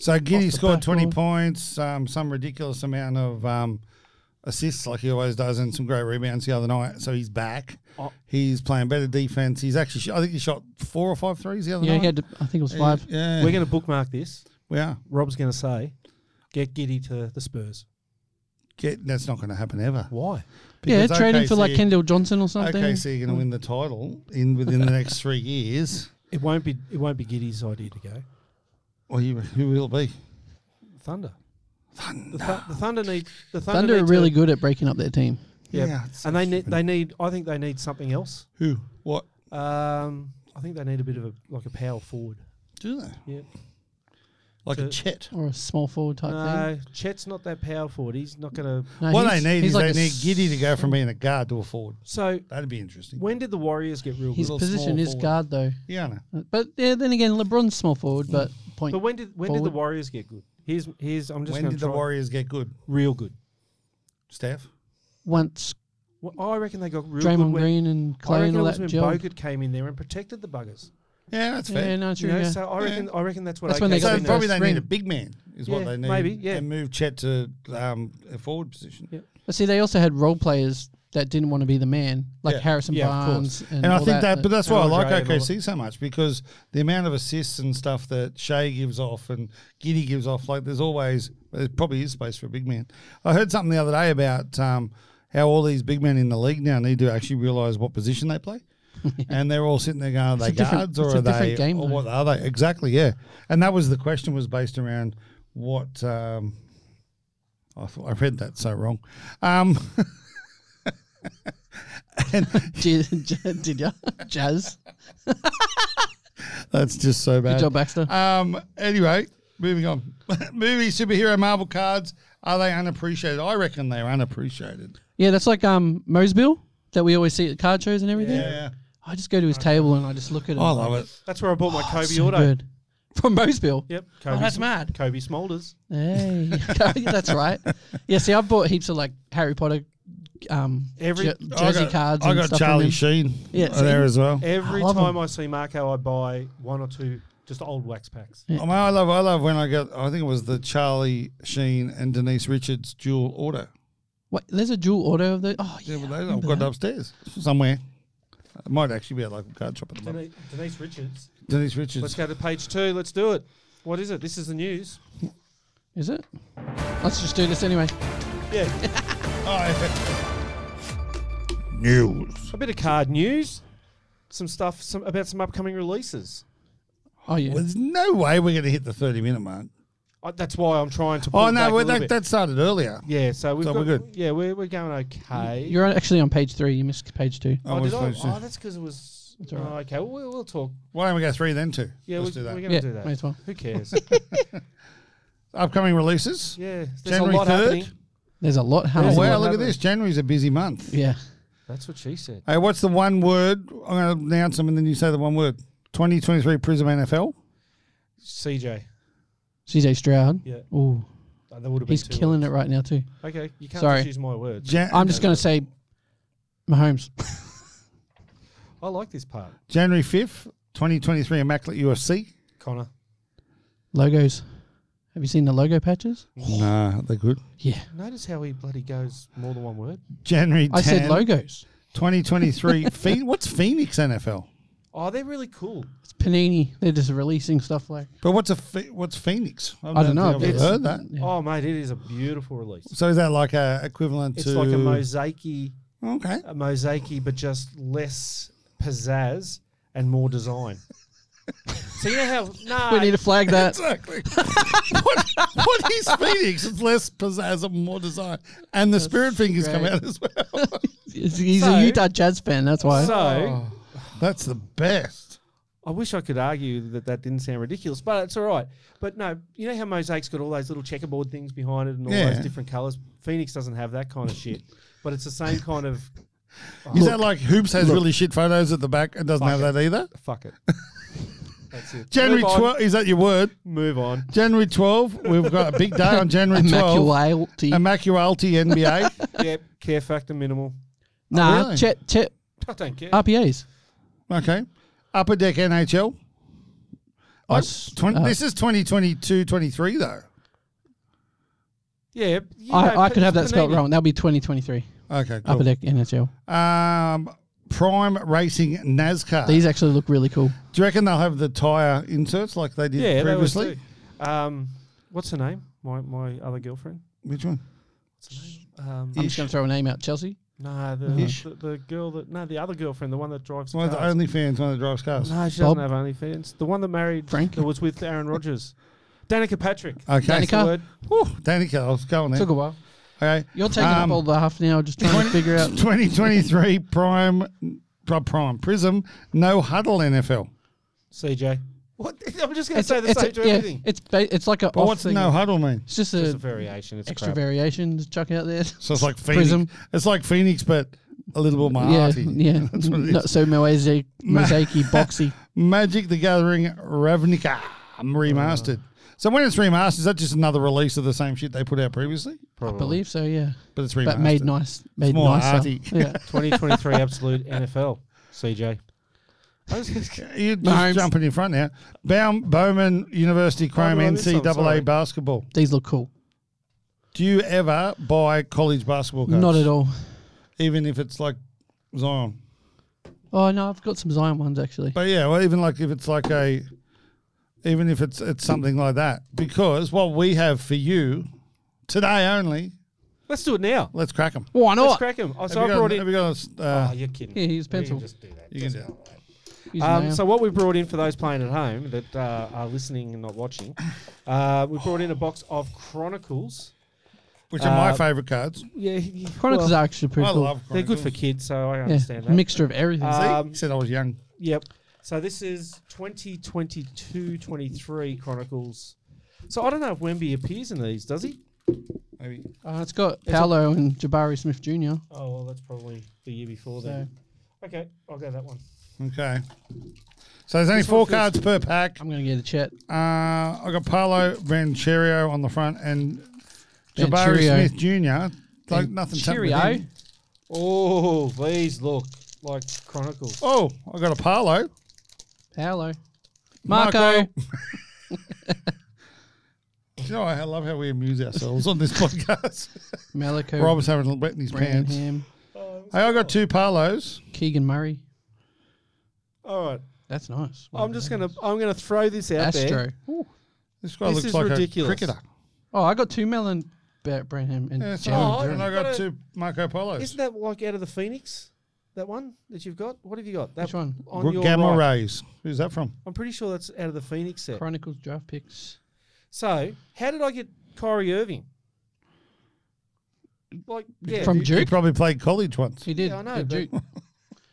Speaker 2: So Giddy
Speaker 5: Off the
Speaker 2: scored
Speaker 5: back
Speaker 2: 20
Speaker 5: line.
Speaker 2: points, um, some ridiculous amount of um, assists like he always does, and some great rebounds the other night. So he's back.
Speaker 3: Oh.
Speaker 2: He's playing better defense. He's actually, sh- I think he shot four or five threes the other
Speaker 5: yeah,
Speaker 2: night.
Speaker 5: he had. To, I think it was five.
Speaker 2: Yeah.
Speaker 3: We're going to bookmark this.
Speaker 2: we are.
Speaker 3: Rob's going to say, get Giddy to the Spurs.
Speaker 2: Get, that's not going to happen ever.
Speaker 3: Why?
Speaker 5: Yeah,
Speaker 2: Because
Speaker 5: trade him for like
Speaker 2: OKC
Speaker 5: Kendall Johnson or something.
Speaker 2: OKC are going to win the title in within the next three years.
Speaker 3: It won't be. It won't be Giddy's idea to go.
Speaker 2: Or you, who will it be?
Speaker 3: Thunder. Thunder. The, th- the Thunder need. The Thunder,
Speaker 5: Thunder are
Speaker 3: need to-
Speaker 5: really good at breaking up their team.
Speaker 3: Yeah,
Speaker 2: Yeah, it's so
Speaker 3: and they need.
Speaker 2: stupid.
Speaker 3: They need. I think they need something else.
Speaker 2: Who? What?
Speaker 3: Um, I think they need a bit of a like a power forward.
Speaker 2: Do they?
Speaker 3: Yeah.
Speaker 2: Like a
Speaker 3: To-
Speaker 2: chet.
Speaker 5: or a small forward type thing.
Speaker 3: No, Chet's not that power forward. He's not going to.
Speaker 5: No,
Speaker 2: what they
Speaker 5: he's-
Speaker 2: need
Speaker 5: he's
Speaker 2: is
Speaker 5: like a
Speaker 2: they need
Speaker 5: s-
Speaker 2: Giddy to go from being a guard to a forward.
Speaker 3: So
Speaker 2: That'd be interesting.
Speaker 3: when did the Warriors get real
Speaker 5: His
Speaker 3: good?
Speaker 2: little
Speaker 5: position
Speaker 2: small
Speaker 5: is
Speaker 2: forward.
Speaker 5: guard though,
Speaker 2: yeah, I know.
Speaker 5: but yeah, then again, LeBron's small forward, but
Speaker 2: Mm.
Speaker 5: point.
Speaker 3: But when did when did
Speaker 5: Forward.
Speaker 3: the Warriors get good? Here's here's. I'm just
Speaker 2: When
Speaker 3: gonna
Speaker 2: did the
Speaker 3: try-
Speaker 2: Warriors get good,
Speaker 3: real good?
Speaker 2: Steph?
Speaker 5: once
Speaker 3: Well, I reckon they got real good.
Speaker 5: Draymond
Speaker 3: when-
Speaker 5: Green and
Speaker 3: I
Speaker 5: Clay
Speaker 3: reckon
Speaker 5: and all
Speaker 3: it was
Speaker 5: that
Speaker 3: when
Speaker 5: gel.
Speaker 3: Bogut came in there and protected the buggers.
Speaker 2: Yeah, that's fair.
Speaker 5: Yeah, no,
Speaker 3: You
Speaker 5: true.
Speaker 3: know,
Speaker 5: yeah.
Speaker 3: so I
Speaker 2: Yeah.
Speaker 3: reckon I reckon that's what
Speaker 5: That's
Speaker 3: OKC
Speaker 5: when they got
Speaker 2: so
Speaker 5: the
Speaker 3: need.
Speaker 2: probably they
Speaker 5: first
Speaker 2: need a
Speaker 5: ring.
Speaker 2: big man is what
Speaker 3: Yeah,
Speaker 2: they need.
Speaker 3: maybe, yeah.
Speaker 2: And move Chet to um, a forward position.
Speaker 3: Yeah.
Speaker 5: But see, they also had role players that didn't want to be the man, like
Speaker 2: Yeah.
Speaker 5: Harrison
Speaker 3: Yeah, of
Speaker 5: Barnes. And,
Speaker 2: And, I
Speaker 5: all uh,
Speaker 2: think that, but that's why I
Speaker 3: and
Speaker 2: like
Speaker 3: Andre and all
Speaker 2: OKC so much because the amount of assists and stuff that Shea gives off and Giddy gives off, like there's always there probably is space for a big man. I heard something the other day about um, how all these big men in the league now need to actually realise what position they play. and they're all sitting there going, "Are they
Speaker 5: a different-
Speaker 2: guards or
Speaker 5: it's a
Speaker 2: are they
Speaker 5: different game,
Speaker 2: or
Speaker 5: though.
Speaker 2: what are they?" Exactly, yeah. And that was the question was based around what um, I thought I read that so wrong. Um,
Speaker 5: Did, did you? Jazz.
Speaker 2: that's just so bad.
Speaker 5: Good job, Baxter.
Speaker 2: Um, anyway, moving on. Movie superhero Marvel cards are they unappreciated? I reckon they're unappreciated.
Speaker 5: Yeah, that's like um Mosbill that we always see at card shows and everything.
Speaker 2: Yeah,
Speaker 5: I just go to his table and I just look at it.
Speaker 2: I love it.
Speaker 3: That's where I bought my Kobe
Speaker 5: It's Oh, so
Speaker 3: auto.
Speaker 5: good. From Mosbill.
Speaker 3: Yep. Kobe
Speaker 5: Oh, that's
Speaker 3: Sm-
Speaker 5: mad.
Speaker 3: Kobe Smolders.
Speaker 5: Hey, that's right. Yeah, see, I bought heaps of like Harry Potter um,
Speaker 3: Every-
Speaker 5: jer-
Speaker 2: I
Speaker 5: jersey
Speaker 2: got,
Speaker 5: cards.
Speaker 2: I
Speaker 5: and
Speaker 2: got
Speaker 5: stuff
Speaker 2: Charlie
Speaker 5: from him.
Speaker 2: Sheen
Speaker 5: Yeah, see?
Speaker 2: there as well.
Speaker 3: Every
Speaker 5: I love
Speaker 3: time
Speaker 5: 'em.
Speaker 3: I see Marco, I buy one or two just old wax packs.
Speaker 5: Yeah.
Speaker 2: I, mean, I love, I love when I got. I think it was the Charlie Sheen and Denise Richards dual order.
Speaker 5: What, there's a dual auto of the. Oh
Speaker 2: Yeah,
Speaker 5: yeah,
Speaker 2: well,
Speaker 5: I
Speaker 2: those I've
Speaker 5: remember
Speaker 2: got
Speaker 5: that.
Speaker 2: upstairs somewhere. It might actually be at like a card shop at the moment.
Speaker 3: Denise, Denise Richards.
Speaker 2: Denise
Speaker 3: Let's
Speaker 2: Richards.
Speaker 3: go to page two. Let's do it. What is it? This is the news.
Speaker 5: Is it? Let's just do this anyway.
Speaker 3: Yeah.
Speaker 2: Oh, News.
Speaker 3: A bit of card news. Some stuff some, about some upcoming releases.
Speaker 5: Oh yeah,
Speaker 2: Well, there's no way we're going to hit the 30 minute mark.
Speaker 3: I, that's why I'm trying to. Pull
Speaker 2: Oh,
Speaker 3: it back
Speaker 2: no,
Speaker 3: a
Speaker 2: well,
Speaker 3: little
Speaker 2: that,
Speaker 3: bit.
Speaker 2: that started earlier.
Speaker 3: Yeah, so we've
Speaker 2: So
Speaker 3: got,
Speaker 2: we're good.
Speaker 3: Yeah, we're, we're going okay.
Speaker 5: you're on, actually on page three. You missed page two.
Speaker 2: I
Speaker 3: oh,
Speaker 2: was
Speaker 3: did I?
Speaker 2: supposed to-
Speaker 3: oh, that's because it was.
Speaker 5: That's all right.
Speaker 3: oh, okay, well, we'll, we'll talk.
Speaker 2: Why don't we go three then two?
Speaker 3: Yeah,
Speaker 2: Let's
Speaker 3: we,
Speaker 2: do that.
Speaker 3: we're going to
Speaker 5: Yeah,
Speaker 3: do that.
Speaker 5: may as well.
Speaker 3: Who cares?
Speaker 2: Upcoming releases.
Speaker 3: yeah, there's
Speaker 2: January
Speaker 3: a lot
Speaker 2: 3rd?
Speaker 3: happening.
Speaker 5: There's a lot
Speaker 2: Oh,
Speaker 5: happening.
Speaker 3: There's a
Speaker 2: wow, look
Speaker 3: lot
Speaker 2: at
Speaker 3: happening.
Speaker 2: this. January's a busy month.
Speaker 5: Yeah,
Speaker 3: That's what she said.
Speaker 2: Hey, what's the one word? I'm going to announce them and then you say the one word. 2023 Prism NFL.
Speaker 3: CJ.
Speaker 5: CJ Stroud.
Speaker 3: Yeah,
Speaker 5: Ooh,
Speaker 3: oh, that would have been.
Speaker 5: he's
Speaker 3: two
Speaker 5: killing
Speaker 3: words.
Speaker 5: it right now too.
Speaker 3: Okay, you can't
Speaker 5: Sorry.
Speaker 3: just use my words.
Speaker 2: Jan-
Speaker 5: I'm just gonna say, Mahomes.
Speaker 3: I like this part,
Speaker 2: January 5th, 2023 Immaculate UFC.
Speaker 3: Connor.
Speaker 5: Logos. Have you seen the logo patches?
Speaker 2: Nah, they're good.
Speaker 5: Yeah,
Speaker 3: Notice how he bloody goes more than one word.
Speaker 2: January 10th,
Speaker 5: I said logos.
Speaker 2: 2023 Phoen- What's Phoenix NFL?
Speaker 3: Oh, they're really cool.
Speaker 5: It's Panini. They're just releasing stuff like.
Speaker 2: But what's a phe- what's Phoenix? I've
Speaker 5: I don't know,
Speaker 2: I've
Speaker 5: but
Speaker 2: ever
Speaker 5: it's-
Speaker 2: heard that.
Speaker 5: Yeah.
Speaker 3: Oh, mate, it is a beautiful release.
Speaker 2: So is that like a equivalent
Speaker 3: It's
Speaker 2: to
Speaker 3: like a mosaicy,
Speaker 2: Okay.
Speaker 3: a mosaicy, but just less pizzazz and more design. so you know how
Speaker 5: We
Speaker 3: no,
Speaker 5: need to flag that.
Speaker 2: Exactly. what, what is Phoenix? It's less pizzazz and more design. And the spirit fingers come
Speaker 5: great.
Speaker 2: out as well.
Speaker 5: He's
Speaker 3: So-
Speaker 5: a Utah Jazz fan. That's why.
Speaker 3: so
Speaker 2: That's the best.
Speaker 3: I wish I could argue that that didn't sound ridiculous, but it's all right. But no, you know how mosaic's got all those little checkerboard things behind it and all
Speaker 2: Yeah.
Speaker 3: those different colors. Phoenix doesn't have that kind of shit, but it's the same kind of
Speaker 2: Is that like Hoops has really shit photos at the back and doesn't have
Speaker 3: Fuck it.
Speaker 2: that either?
Speaker 3: fuck it. That's it.
Speaker 2: January
Speaker 3: Move on.
Speaker 2: 12th, is that your word?
Speaker 3: Move on.
Speaker 2: January 12th, we've got a big day on January 12th.
Speaker 5: Immaculate.
Speaker 2: Immaculate NBA.
Speaker 3: Yep. Care factor minimal.
Speaker 5: nah,
Speaker 2: really?
Speaker 5: Chet, Chet
Speaker 3: I don't care.
Speaker 5: RPAs.
Speaker 2: Okay. Upper Deck NHL.
Speaker 5: I
Speaker 2: I-
Speaker 5: s-
Speaker 2: twen-
Speaker 5: uh,
Speaker 2: this is 2022 23, though.
Speaker 3: yeah. you
Speaker 5: I,
Speaker 3: know,
Speaker 5: I could have that
Speaker 3: Panini.
Speaker 5: spelled wrong. That'll be 2023.
Speaker 2: Okay, cool.
Speaker 5: Upper Deck NHL.
Speaker 2: Um, Prime Racing NASCAR.
Speaker 5: These actually look really cool.
Speaker 2: Do you reckon they'll have the tyre inserts like they did
Speaker 3: Yeah,
Speaker 2: previously?
Speaker 3: previously. Um, what's her name? My my other girlfriend.
Speaker 2: Which one?
Speaker 3: What's her name? Um,
Speaker 5: I'm just going to throw a name out. Chelsea.
Speaker 3: no, the,
Speaker 2: Ish.
Speaker 3: the the girl that no, the other girlfriend, the one that drives.
Speaker 2: It's one of the
Speaker 3: cars.
Speaker 2: OnlyFans, one that drives cars.
Speaker 3: No, she
Speaker 5: Bob?
Speaker 3: doesn't have OnlyFans. The one that married
Speaker 5: Frank? Uh,
Speaker 3: that was with Aaron Rodgers, Danica Patrick.
Speaker 2: Okay.
Speaker 5: Danica.
Speaker 3: The word.
Speaker 2: Whew, Danica, I was going there.
Speaker 5: Took a while.
Speaker 2: Okay.
Speaker 5: You're taking
Speaker 2: Um,
Speaker 5: up all the half an hour just trying to figure out.
Speaker 2: 2023 Prime, Pri- Prime Prism, no huddle NFL.
Speaker 3: CJ. What? I'm just going to
Speaker 5: It's,
Speaker 3: say the
Speaker 5: it's,
Speaker 3: same
Speaker 5: a,
Speaker 3: to
Speaker 5: yeah,
Speaker 3: everything.
Speaker 5: it's, ba- it's like a.
Speaker 2: But
Speaker 5: off
Speaker 2: what's
Speaker 5: thing.
Speaker 2: no huddle mean?
Speaker 5: It's just
Speaker 3: It's a
Speaker 5: a
Speaker 3: variation. It's
Speaker 5: extra
Speaker 3: crap.
Speaker 5: variation to chuck out there.
Speaker 2: So it's like Phoenix.
Speaker 5: Prism.
Speaker 2: It's like Phoenix, but a little bit more
Speaker 5: Yeah,
Speaker 2: arty.
Speaker 5: yeah.
Speaker 2: That's what it
Speaker 5: Not
Speaker 2: is.
Speaker 5: so mosaic, mosaicy, boxy.
Speaker 2: Magic the Gathering Ravnica remastered.
Speaker 5: Uh.
Speaker 2: So when it's remastered, is that just another release of the same shit they put out previously?
Speaker 5: I believe so. Yeah,
Speaker 2: But it's remastered.
Speaker 5: but made nice, made
Speaker 2: more
Speaker 5: nicer.
Speaker 2: arty.
Speaker 5: Yeah,
Speaker 3: 2023 absolute NFL. CJ. I was just-
Speaker 2: You're just
Speaker 5: Mahomes.
Speaker 2: jumping in front now. Baum, Bowman University Chrome
Speaker 3: did I miss some? Sorry.
Speaker 2: NCAA basketball.
Speaker 5: these look cool.
Speaker 2: Do you ever buy college basketball cards?
Speaker 5: Not at all.
Speaker 2: Even if it's like Zion.
Speaker 5: Oh no, I've got some Zion ones actually.
Speaker 2: But yeah, well, even like if it's like a, even if it's it's something like that, because what we have for you today only
Speaker 3: Let's do it now.
Speaker 2: Let's crack them.
Speaker 5: Why
Speaker 3: Let's
Speaker 5: not?
Speaker 3: crack him. Oh, so I
Speaker 2: have, you got,
Speaker 3: brought
Speaker 2: have
Speaker 3: in.
Speaker 2: you got a s-
Speaker 3: Oh,
Speaker 2: uh,
Speaker 3: you're kidding.
Speaker 5: Yeah, use
Speaker 3: We can
Speaker 5: pencil.
Speaker 3: just do that.
Speaker 2: You can
Speaker 3: Doesn't
Speaker 2: do
Speaker 3: matter.
Speaker 5: Use
Speaker 3: Um,
Speaker 5: nail.
Speaker 3: so what we brought in for those playing at home that uh, are listening and not watching, uh, we brought in a box of Chronicles.
Speaker 2: which are
Speaker 3: uh,
Speaker 2: my favourite cards?
Speaker 3: Yeah,
Speaker 5: Chronicles are actually pretty
Speaker 2: I
Speaker 5: cool.
Speaker 2: love. Chronicles.
Speaker 3: they're good for kids, so I
Speaker 5: yeah,
Speaker 3: understand that.
Speaker 5: mixture of everything.
Speaker 3: Uh,
Speaker 2: See?
Speaker 3: Um,
Speaker 2: He said I was young.
Speaker 3: Yep. So this is 2022-23 Chronicles. So I don't know if Wemby appears in these, does he?
Speaker 2: Maybe.
Speaker 3: Um,
Speaker 5: uh, it's got
Speaker 3: a-
Speaker 5: Paolo and Jabari Smith Jr.
Speaker 3: Oh well, that's probably the year before then. Okay, I'll go that one.
Speaker 2: Okay. So there's only
Speaker 3: This one
Speaker 2: four
Speaker 3: feels-
Speaker 2: cards per pack.
Speaker 5: I'm going to get a chat.
Speaker 2: Uh, I got Paolo Rancherio on the front and Jabari
Speaker 5: Rancherio.
Speaker 2: Smith Jr. Like nothing. tapped with
Speaker 5: Cheerio.
Speaker 2: him.
Speaker 3: Oh, these look like Chronicles.
Speaker 2: Oh, I got a Paolo.
Speaker 5: Paolo.
Speaker 2: Marco.
Speaker 5: Marco.
Speaker 2: Do You know, I love how we amuse ourselves on this podcast.
Speaker 5: Malico.
Speaker 2: Rob was having a little bit in his pants. Hey,
Speaker 5: Branham.
Speaker 2: I got two Palos.
Speaker 5: Keegan Murray.
Speaker 3: Oh, All right,
Speaker 5: That's nice.
Speaker 3: I'm just gonna I'm gonna throw this out
Speaker 5: Astro.
Speaker 3: there.
Speaker 2: This guy
Speaker 3: This
Speaker 2: looks
Speaker 3: is
Speaker 2: like
Speaker 3: ridiculous.
Speaker 2: a cricketer.
Speaker 5: Oh, I got two melon Bra- Branham and
Speaker 2: Yeah, so
Speaker 5: Jeremy
Speaker 3: Oh,
Speaker 2: and
Speaker 5: Jeremy.
Speaker 2: I
Speaker 3: Got
Speaker 2: got
Speaker 3: a-
Speaker 2: two Marco Polos.
Speaker 3: Isn't that like out of the Phoenix? That one that you've got? What have you got? That
Speaker 5: Which one?
Speaker 3: On your
Speaker 2: Gamma
Speaker 3: right.
Speaker 2: rays. Who's that from?
Speaker 3: I'm pretty sure that's out of the Phoenix set.
Speaker 5: Chronicles draft picks.
Speaker 3: So, how did I get Kyrie Irving? Like, yeah,
Speaker 5: From
Speaker 2: He- He
Speaker 5: Duke?
Speaker 2: probably played college once.
Speaker 5: He did.
Speaker 3: Yeah, I know,
Speaker 5: at
Speaker 3: but-
Speaker 5: Duke.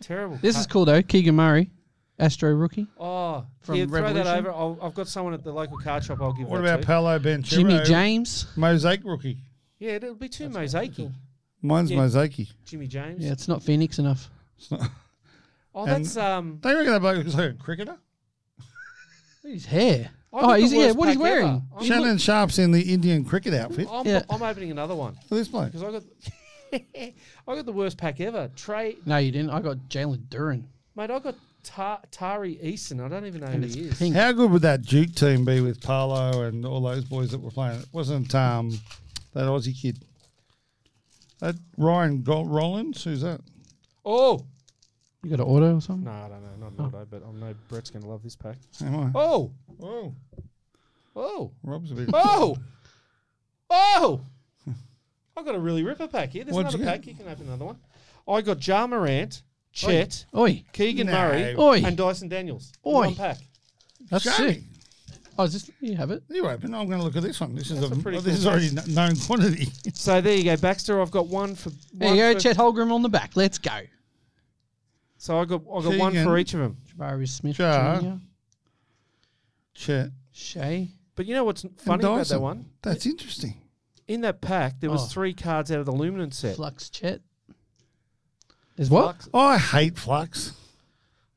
Speaker 3: terrible.
Speaker 5: This is cool though. Keegan Murray, Astro rookie.
Speaker 3: Oh,
Speaker 5: From
Speaker 3: yeah, throw that
Speaker 5: Revolution?
Speaker 3: over. I'll, I've got someone at the local card shop. I'll give.
Speaker 2: What
Speaker 3: that
Speaker 2: about
Speaker 3: to.
Speaker 2: Paolo Banchero?
Speaker 5: Jimmy James.
Speaker 2: Mosaic rookie.
Speaker 3: yeah, it'll be too mosaicy.
Speaker 2: Mine's
Speaker 3: Yeah.
Speaker 2: Mosaicy.
Speaker 3: Jimmy James.
Speaker 5: Yeah, it's not Phoenix enough.
Speaker 2: It's not-
Speaker 3: Oh,
Speaker 2: And-
Speaker 3: that's um.
Speaker 2: Don't you reckon that bloke looks like a cricketer?
Speaker 5: Look at his hair.
Speaker 3: I've
Speaker 5: oh,
Speaker 3: got the
Speaker 5: he's yeah.
Speaker 3: worst
Speaker 5: What he's
Speaker 3: pack
Speaker 5: wearing?
Speaker 3: ever. I'm-
Speaker 2: Shannon Sharp's in the Indian cricket outfit. Look
Speaker 3: I'm,
Speaker 5: Yeah.
Speaker 3: I'm opening another one
Speaker 2: at this bloke.
Speaker 3: because I got. I got the worst pack ever. Trey,
Speaker 5: No, you didn't. I got Jalen Duran.
Speaker 3: mate, I got Ta- Tari Eason. I don't even know
Speaker 5: And
Speaker 3: who
Speaker 5: it's
Speaker 3: he is.
Speaker 5: pink.
Speaker 2: How good would that Duke team be with Parlo and all those boys that were playing? It wasn't um, that Aussie kid. That Ryan Go- Rollins, who's that?
Speaker 3: Oh
Speaker 5: You got an auto or something?
Speaker 3: no, I don't know, not an auto, but I know Brett's going to love this pack.
Speaker 2: Am I?
Speaker 3: Oh,
Speaker 2: Oh,
Speaker 3: oh,
Speaker 2: Rob's a bit.
Speaker 3: oh, oh! I got a really ripper pack here. There's
Speaker 2: What'd
Speaker 3: another
Speaker 2: you get?
Speaker 3: pack. You can open another one. I got Ja Morant, Chet,
Speaker 5: Oi,
Speaker 3: Keegan
Speaker 2: No.
Speaker 3: Murray,
Speaker 5: Oi.
Speaker 3: and Dyson Daniels. in
Speaker 5: Oi.
Speaker 3: One pack.
Speaker 5: that's
Speaker 2: Jamie.
Speaker 5: sick. Oh, is this? You have it.
Speaker 2: You open. I'm going to look at this one. This is a,
Speaker 3: That's a pretty
Speaker 2: oh, this
Speaker 3: cool
Speaker 2: is already kn- known quantity.
Speaker 3: So there you go, Baxter. I've got one for.
Speaker 5: There
Speaker 3: one
Speaker 5: you go.
Speaker 3: for-
Speaker 5: Chet Holgram on the back. Let's go.
Speaker 3: So I got I got one
Speaker 2: Keegan.
Speaker 3: for each of them.
Speaker 5: Jabari Smith
Speaker 2: Ja.
Speaker 5: Jr.
Speaker 2: Chet.
Speaker 5: Shay.
Speaker 3: But you know what's funny about that
Speaker 2: Dyson.
Speaker 3: one?
Speaker 2: That's interesting.
Speaker 3: In that pack, there was
Speaker 5: Oh.
Speaker 3: three cards out of the Luminance set. Uh,
Speaker 5: Flux Chet. Is what?
Speaker 3: Flux-
Speaker 2: Oh, I hate Flux.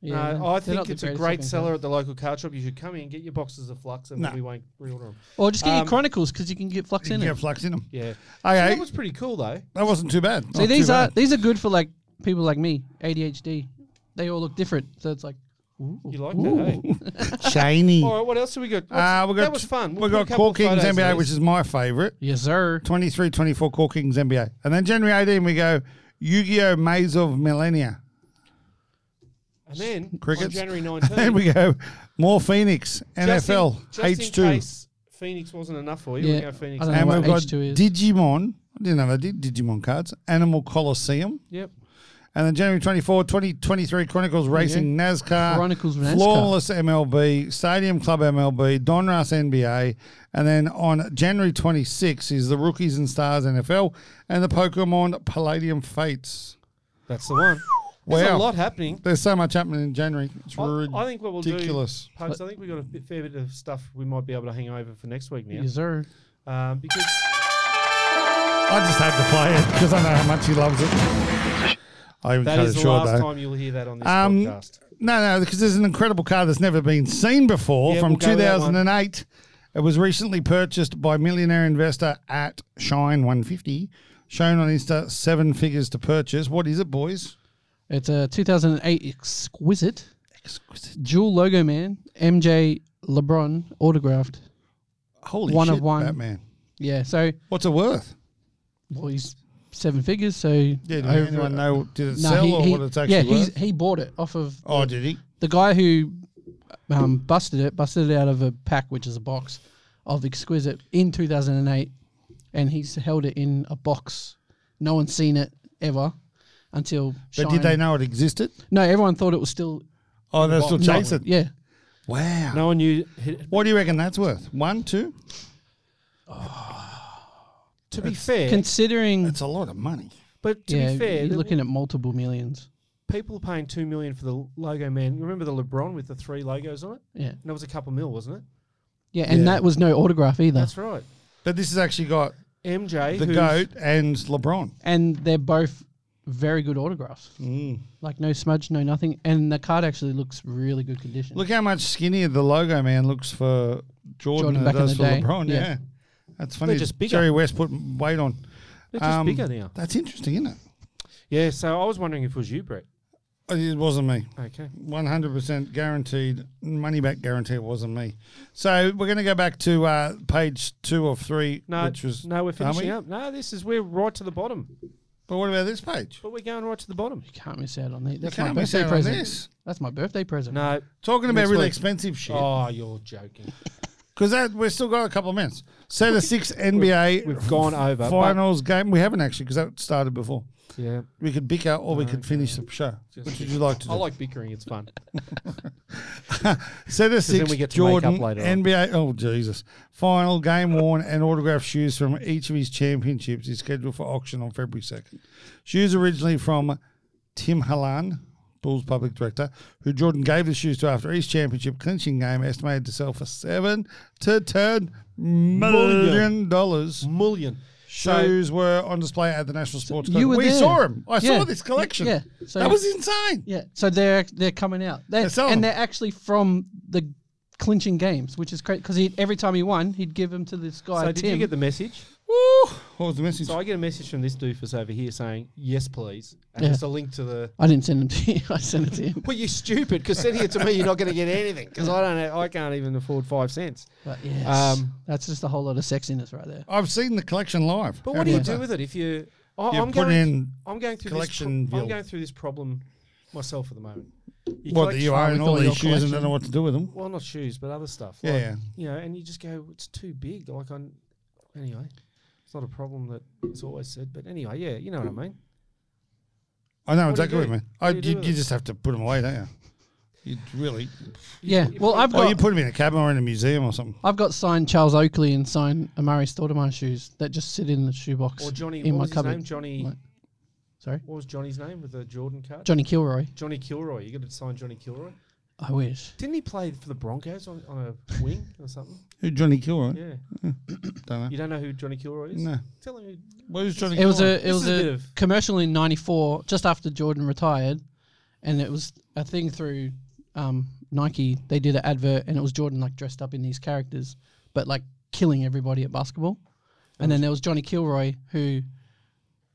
Speaker 5: Yeah,
Speaker 3: no,
Speaker 5: no,
Speaker 3: I
Speaker 5: they're not
Speaker 3: think
Speaker 5: the
Speaker 3: it's a
Speaker 5: greatest
Speaker 3: great
Speaker 5: looking
Speaker 3: seller
Speaker 5: colours.
Speaker 3: at the local card shop. You should come in, get your boxes of flux, and
Speaker 2: No.
Speaker 3: we won't reorder them.
Speaker 5: Or just get
Speaker 3: Um,
Speaker 5: your Chronicles because you can get Flux
Speaker 2: You
Speaker 5: in
Speaker 2: can
Speaker 5: it.
Speaker 2: get Flux in them.
Speaker 3: Yeah,
Speaker 2: Okay,
Speaker 3: that was pretty cool though.
Speaker 2: that wasn't too bad.
Speaker 5: See,
Speaker 2: Not
Speaker 5: these
Speaker 2: too
Speaker 5: are
Speaker 2: bad.
Speaker 5: these are good for like people like me, ADHD. They all look different, so it's like, ooh,
Speaker 3: You like that? Hey?
Speaker 2: shiny.
Speaker 3: All right, what else have we got? What's-
Speaker 2: Uh, we got
Speaker 3: that was fun.
Speaker 2: we
Speaker 3: We'll put a
Speaker 2: got
Speaker 3: couple
Speaker 2: Core
Speaker 3: of
Speaker 2: Kings
Speaker 3: photos of
Speaker 2: NBA,
Speaker 3: these.
Speaker 2: which is my favourite.
Speaker 5: yes sir.
Speaker 2: 23, 24 Core Kings NBA. And then January 18, we go Yu Gi Oh! Maze of Millennia.
Speaker 3: and then on
Speaker 2: Crickets.
Speaker 3: January
Speaker 2: Then
Speaker 3: 19th,
Speaker 2: we go more Phoenix,
Speaker 3: just in-
Speaker 2: NFL,
Speaker 3: just in
Speaker 2: H2.
Speaker 3: case Phoenix wasn't enough for you.
Speaker 5: Yeah,
Speaker 3: We go
Speaker 5: I
Speaker 3: Phoenix.
Speaker 5: don't know
Speaker 2: And
Speaker 5: what
Speaker 2: we've got
Speaker 5: H2 is.
Speaker 2: Digimon. I didn't know they did Digimon cards. Animal Coliseum.
Speaker 3: Yep.
Speaker 2: And then January 24, 2023 Chronicles Racing NASCAR.
Speaker 5: Chronicles of NASCAR.
Speaker 2: Flawless MLB, Stadium Club MLB, Donruss NBA. And then on January 26 is the Rookies and Stars NFL and the Pokemon Palladium Fates.
Speaker 3: That's the one. There's a
Speaker 2: Wow.
Speaker 3: lot happening.
Speaker 2: There's so much happening in January. It's
Speaker 3: I, I
Speaker 2: ridiculous.
Speaker 3: think what we'll do, Pokes, I think we've got a bit- fair bit of stuff we might be able to hang over for next week now.
Speaker 5: Yes sir.
Speaker 3: Um, because
Speaker 2: I just had to play it because I know how much he loves it. I even
Speaker 3: that
Speaker 2: cut
Speaker 3: is
Speaker 2: it
Speaker 3: the
Speaker 2: short
Speaker 3: last
Speaker 2: though.
Speaker 3: time you'll hear that on this
Speaker 2: Um,
Speaker 3: podcast.
Speaker 2: No, no, because there's an incredible car that's never been seen before
Speaker 3: Yeah,
Speaker 2: from
Speaker 3: we'll go with that one.
Speaker 2: 2008. It was recently purchased by millionaire investor at Shine 150. Shown on Insta, seven figures to purchase. What is it, boys?
Speaker 5: It's a 2008 exquisite
Speaker 2: Exquisite.
Speaker 5: dual logo man MJ LeBron autographed.
Speaker 2: Holy
Speaker 5: One
Speaker 2: shit,
Speaker 5: of one.
Speaker 2: Batman.
Speaker 5: Yeah, so
Speaker 2: What's it worth?
Speaker 5: well he's seven figures, so
Speaker 2: Did
Speaker 5: over-
Speaker 2: anyone know? Did it
Speaker 5: No,
Speaker 2: sell
Speaker 5: he-
Speaker 2: or
Speaker 5: he-
Speaker 2: what it's actually
Speaker 5: yeah,
Speaker 2: worth?
Speaker 5: he's, he bought it off of
Speaker 2: oh, did he?
Speaker 5: the guy who um, busted it, busted it out of a pack, which is a box of Exquisite in 2008. and he's held it in a box. No one's seen it ever until.
Speaker 2: But did they
Speaker 5: Shine-
Speaker 2: know it existed?
Speaker 5: No, everyone thought it was still.
Speaker 2: Oh, they're still
Speaker 5: no,
Speaker 2: chasing.
Speaker 5: Yeah,
Speaker 2: Wow.
Speaker 3: No one knew. hit-
Speaker 2: What do you reckon that's worth? One, two?
Speaker 3: To be fair,
Speaker 5: considering.
Speaker 2: It's a lot of money.
Speaker 3: but to
Speaker 5: yeah,
Speaker 3: be fair,
Speaker 5: you're
Speaker 3: the-
Speaker 5: looking at multiple millions.
Speaker 3: people paying two million for the logo man. Remember the LeBron with the three logos on it?
Speaker 5: Yeah,
Speaker 3: And that was a couple mil, wasn't it?
Speaker 5: yeah, and
Speaker 2: Yeah.
Speaker 5: that was no autograph either.
Speaker 3: That's right.
Speaker 2: But this has actually got
Speaker 3: MJ,
Speaker 2: the
Speaker 3: who's-
Speaker 2: goat and LeBron.
Speaker 5: and they're both very good autographs.
Speaker 2: Mm.
Speaker 5: Like no smudge, no nothing, and the card actually looks really good condition.
Speaker 2: Look how much skinnier the logo man looks for Jordan,
Speaker 5: Jordan
Speaker 2: than it
Speaker 5: back in
Speaker 2: does
Speaker 5: the
Speaker 2: for
Speaker 5: day.
Speaker 2: LeBron. Yeah.
Speaker 5: Yeah.
Speaker 2: That's funny.
Speaker 3: They're just bigger.
Speaker 2: Jerry West put weight on.
Speaker 3: They're just
Speaker 2: Um,
Speaker 3: bigger now.
Speaker 2: That's interesting, isn't it?
Speaker 3: Yeah. So I was wondering if it was you, Brett.
Speaker 2: It wasn't me.
Speaker 3: Okay.
Speaker 2: 100% guaranteed, money back guarantee it wasn't me. So we're going to go back to uh, page two of three,
Speaker 3: No,
Speaker 2: which was.
Speaker 3: no, we're
Speaker 2: aren't
Speaker 3: finishing
Speaker 2: we?
Speaker 3: up. No, this is we're right to the bottom.
Speaker 2: But what about this page?
Speaker 3: But we're going right to the bottom.
Speaker 5: you can't miss out on that. That's
Speaker 2: can't
Speaker 5: my
Speaker 2: miss
Speaker 5: birthday
Speaker 2: out on
Speaker 5: present.
Speaker 2: this.
Speaker 5: That's my birthday present.
Speaker 3: No.
Speaker 2: Talking about
Speaker 3: Next
Speaker 2: really
Speaker 3: week.
Speaker 2: expensive shit.
Speaker 3: Oh, you're joking.
Speaker 2: Because that we've still got a couple of minutes. So the six NBA
Speaker 3: We've gone over. but-
Speaker 2: finals game we haven't actually because that started before.
Speaker 3: yeah.
Speaker 2: We could bicker or we could finish the show.
Speaker 3: Just
Speaker 2: Which would
Speaker 3: bicker.
Speaker 2: you like to do?
Speaker 3: I like bickering. It's fun.
Speaker 2: so the
Speaker 3: then
Speaker 2: six
Speaker 3: we get to make up
Speaker 2: Jordan
Speaker 3: later on.
Speaker 2: NBA oh Jesus final game worn and autographed shoes from each of his championships is scheduled for auction on February second. Shoes originally from Tim Halan, Bulls public director, who Jordan gave the shoes to after each championship clinching game, estimated to sell for seven to ten million dollars.
Speaker 3: Million. So
Speaker 2: shoes were on display at the National Sports
Speaker 5: you
Speaker 2: Club.
Speaker 5: were
Speaker 2: We
Speaker 5: there.
Speaker 2: saw him. I
Speaker 5: Yeah.
Speaker 2: saw this collection.
Speaker 5: Yeah. So-
Speaker 2: that was insane.
Speaker 5: Yeah, so they're they're coming out. They're,
Speaker 2: They're selling
Speaker 5: and
Speaker 2: them.
Speaker 5: they're actually from the clinching games, which is great because every time he won, he'd give them to this guy.
Speaker 3: so
Speaker 5: Tim.
Speaker 3: did you get the message?
Speaker 2: Woo. What was oh, the message?
Speaker 3: So I get a message from this doofus over here saying yes, please, and
Speaker 5: Yeah.
Speaker 3: there's a link to the.
Speaker 5: I didn't send them to you. I sent it to him.
Speaker 3: Well, you stupid, because send here to me, you're not going to get anything, because I don't, I can't even afford five cents.
Speaker 5: But yes,
Speaker 3: Um,
Speaker 5: that's just a whole lot of sexiness right there.
Speaker 2: I've seen the collection live.
Speaker 3: But
Speaker 2: How
Speaker 3: what do you
Speaker 2: about
Speaker 3: do
Speaker 2: that?
Speaker 3: with it if you? I,
Speaker 2: You
Speaker 3: I'm
Speaker 2: put
Speaker 3: going.
Speaker 2: in
Speaker 3: I'm going through
Speaker 2: collection
Speaker 3: This pro- I'm
Speaker 2: bill.
Speaker 3: going through this problem myself at the moment. You
Speaker 2: What
Speaker 3: collect-
Speaker 2: that you own
Speaker 5: with
Speaker 2: all
Speaker 5: all
Speaker 2: these
Speaker 5: your
Speaker 2: shoes and
Speaker 5: collection.
Speaker 2: don't know what to do with them?
Speaker 3: Well, not shoes, but other stuff.
Speaker 2: Yeah,
Speaker 3: like,
Speaker 2: yeah.
Speaker 3: You know, and you just go, it's too big. Like on. Anyway, it's not a problem that is always said, but anyway, yeah, you know what I mean.
Speaker 2: I know
Speaker 3: What do you
Speaker 2: exactly what you
Speaker 3: do?
Speaker 2: mean.
Speaker 3: What
Speaker 2: I,
Speaker 3: do you do
Speaker 2: you,
Speaker 3: with
Speaker 2: you
Speaker 3: it?
Speaker 2: just have to put them away, don't you? You really?
Speaker 5: Yeah. Well, I've
Speaker 2: Or
Speaker 5: got
Speaker 2: you put them in a cabinet or in a museum or something.
Speaker 5: I've got signed Charles Oakley and signed Amari Stoudemire shoes that just sit in the shoebox
Speaker 3: Or Johnny,
Speaker 5: in
Speaker 3: what
Speaker 5: my
Speaker 3: was his
Speaker 5: cupboard.
Speaker 3: name? Johnny.
Speaker 5: Like- Sorry,
Speaker 3: What was Johnny's name with the Jordan card?
Speaker 5: Johnny Kilroy.
Speaker 3: Johnny Kilroy. You got to sign Johnny Kilroy.
Speaker 5: I wish.
Speaker 3: Didn't he play for the Broncos on, on a wing or something?
Speaker 2: Who Johnny Kilroy?
Speaker 3: Yeah.
Speaker 2: Don't know.
Speaker 3: You don't know who Johnny Kilroy is?
Speaker 2: No.
Speaker 3: Tell him. who-
Speaker 2: Where's Johnny?
Speaker 5: It was
Speaker 2: Kilroy?
Speaker 5: a it
Speaker 3: This
Speaker 5: was
Speaker 3: is a bit
Speaker 5: a,
Speaker 3: of-
Speaker 5: commercial in '94, just after Jordan retired, and it was a thing through um, Nike. They did an advert, and it was Jordan like dressed up in these characters, but like killing everybody at basketball. And then there was Johnny Kilroy who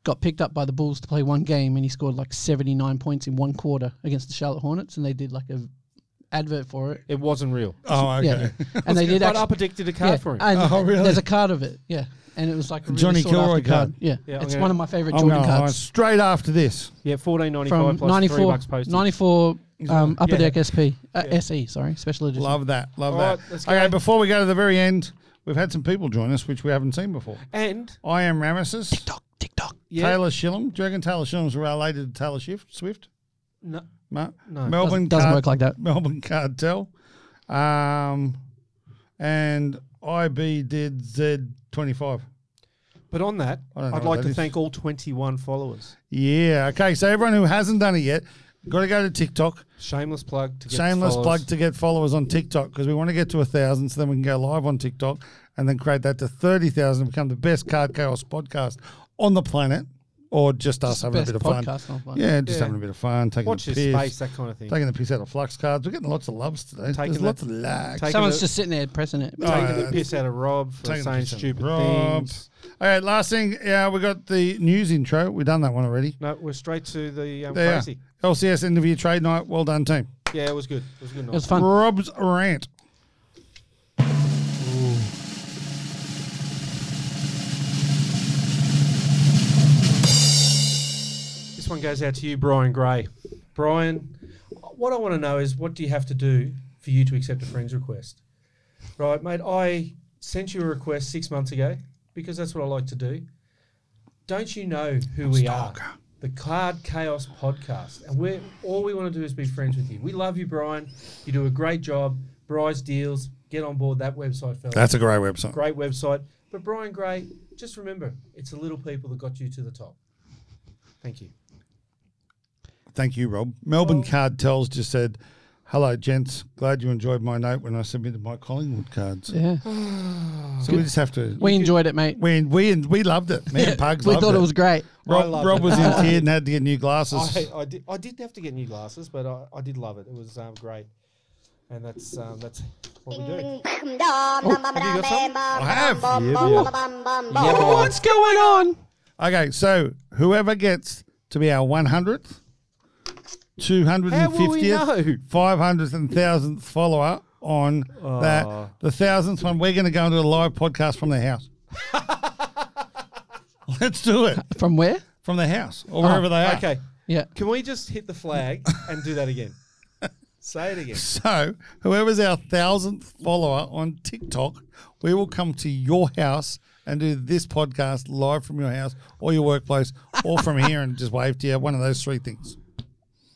Speaker 5: got picked up by the Bulls to play one game, and he scored like 79 points in one quarter against the Charlotte Hornets, and they did like a advert for it.
Speaker 3: It wasn't real.
Speaker 2: Oh, okay.
Speaker 5: Yeah, and they did
Speaker 3: But
Speaker 5: actually.
Speaker 3: up addicted to card
Speaker 5: yeah, Uh,
Speaker 3: for him.
Speaker 5: and
Speaker 2: Oh, really?
Speaker 5: There's a card of it, yeah, and it was like a really
Speaker 2: Johnny
Speaker 5: sought-after
Speaker 2: Kilroy
Speaker 5: card.
Speaker 2: card.
Speaker 5: Yeah,
Speaker 3: Yeah, I'm
Speaker 5: it's
Speaker 3: gonna-
Speaker 5: one of my favorite
Speaker 2: I'm
Speaker 5: Jordan
Speaker 2: going
Speaker 5: cards
Speaker 2: Oh, straight after this.
Speaker 3: yeah, fourteen ninety
Speaker 5: from
Speaker 3: five plus three
Speaker 5: 94,
Speaker 3: bucks postage.
Speaker 5: 94 um, Upper
Speaker 3: Yeah.
Speaker 5: Deck SP, uh, SE, sorry, special edition.
Speaker 2: Love that. Love
Speaker 3: All
Speaker 2: that.
Speaker 3: right, let's
Speaker 2: okay,
Speaker 3: go.
Speaker 2: before we go to the very end, we've had some people join us which we haven't seen before.
Speaker 3: And
Speaker 2: I am Ramesses.
Speaker 5: TikTok, TikTok.
Speaker 3: yeah,
Speaker 2: Taylor Shillam. Do you reckon Taylor Shillam's related to Taylor Swift? Swift?
Speaker 3: no,
Speaker 2: No.
Speaker 3: No.
Speaker 2: Melbourne
Speaker 5: Doesn't, doesn't
Speaker 2: Card-
Speaker 5: work like that.
Speaker 2: Melbourne Cartel. Um, and IBDZ25.
Speaker 3: but on that,
Speaker 2: I don't know
Speaker 3: I'd
Speaker 2: what
Speaker 3: like
Speaker 2: that
Speaker 3: to
Speaker 2: is.
Speaker 3: thank all twenty-one followers.
Speaker 2: Yeah. Okay. So everyone who hasn't done it yet, got to go to TikTok.
Speaker 3: Shameless plug to get
Speaker 2: Shameless
Speaker 3: followers.
Speaker 2: plug to get followers on TikTok because we want to get to a thousand, so then we can go live on TikTok and then create that to thirty thousand and become the best card chaos podcast on the planet, or just us having a
Speaker 5: best
Speaker 2: bit of fun.
Speaker 5: podcast on the planet.
Speaker 2: Yeah, just
Speaker 3: Yeah.
Speaker 2: having a bit of fun, taking
Speaker 3: Watch
Speaker 2: the
Speaker 3: this
Speaker 2: piss,
Speaker 3: space, that kind of thing.
Speaker 2: taking the piss out of flux cards. We're getting lots of loves today.
Speaker 3: Taking
Speaker 2: There's
Speaker 3: the-
Speaker 2: lots of likes.
Speaker 3: taking
Speaker 5: Someone's
Speaker 3: the-
Speaker 5: just sitting there pressing it.
Speaker 2: Oh,
Speaker 3: taking
Speaker 2: yeah.
Speaker 3: the piss out of Rob for
Speaker 2: Taking the
Speaker 3: saying
Speaker 2: piss out of
Speaker 3: stupid
Speaker 2: Rob.
Speaker 3: things.
Speaker 2: All right, last thing. Yeah, we got the news intro. We've done that one already.
Speaker 3: No, we're straight to the um,
Speaker 2: There.
Speaker 3: crazy.
Speaker 2: LCS interview trade night. Well done, team.
Speaker 3: Yeah, it was good. It was a good
Speaker 5: It was
Speaker 3: night.
Speaker 5: fun.
Speaker 2: Rob's rant.
Speaker 3: This one goes out to you, Brian Gray. Brian, what I want to know is what do you have to do for you to accept a friend's request? Right, mate, I sent you a request six months ago. because that's what I like to do. Don't you know who we are? The Card Chaos Podcast, and we're all we want to do is be friends with you. We love you, Brian. You do a great job. Bryce deals. Get on board that website, fellas.
Speaker 2: That's a great website.
Speaker 3: great website. But Brian Gray, just remember, it's the little people that got you to the top. Thank you.
Speaker 2: Thank you, Rob. Melbourne Card Tells just said, Hello, gents. Glad you enjoyed my note when I submitted my Collingwood cards.
Speaker 5: Yeah.
Speaker 2: So we just have to.
Speaker 5: We enjoyed it, mate.
Speaker 2: We, we, we loved it. Me and Pugs
Speaker 5: we
Speaker 2: loved
Speaker 5: thought
Speaker 2: it.
Speaker 5: it was great.
Speaker 3: I
Speaker 2: Rob,
Speaker 3: loved
Speaker 2: Rob
Speaker 3: it.
Speaker 2: was in tears and had to get new glasses.
Speaker 3: I, I did. I did have to get new glasses, but I, I did love it. It was um, great, and that's um, that's what we do.
Speaker 2: Oh, I have.
Speaker 3: Oh,
Speaker 5: What's going on?
Speaker 2: Okay, so whoever gets to be our 100th, 250th,
Speaker 3: How will we know?
Speaker 2: 500th, and 1000th follower on
Speaker 3: Ah.
Speaker 2: that, the 1000th one, we're going to go into a live podcast from their house. Let's do it
Speaker 5: From where?
Speaker 2: from their house or wherever they are.
Speaker 3: Ah, Okay,
Speaker 5: Yeah.
Speaker 3: can we just hit the flag and do that again? Say it again.
Speaker 2: So, whoever's our 1000th follower on TikTok, we will come to your house and do this podcast live from your house or your workplace or from here and just wave to you. One of those three things.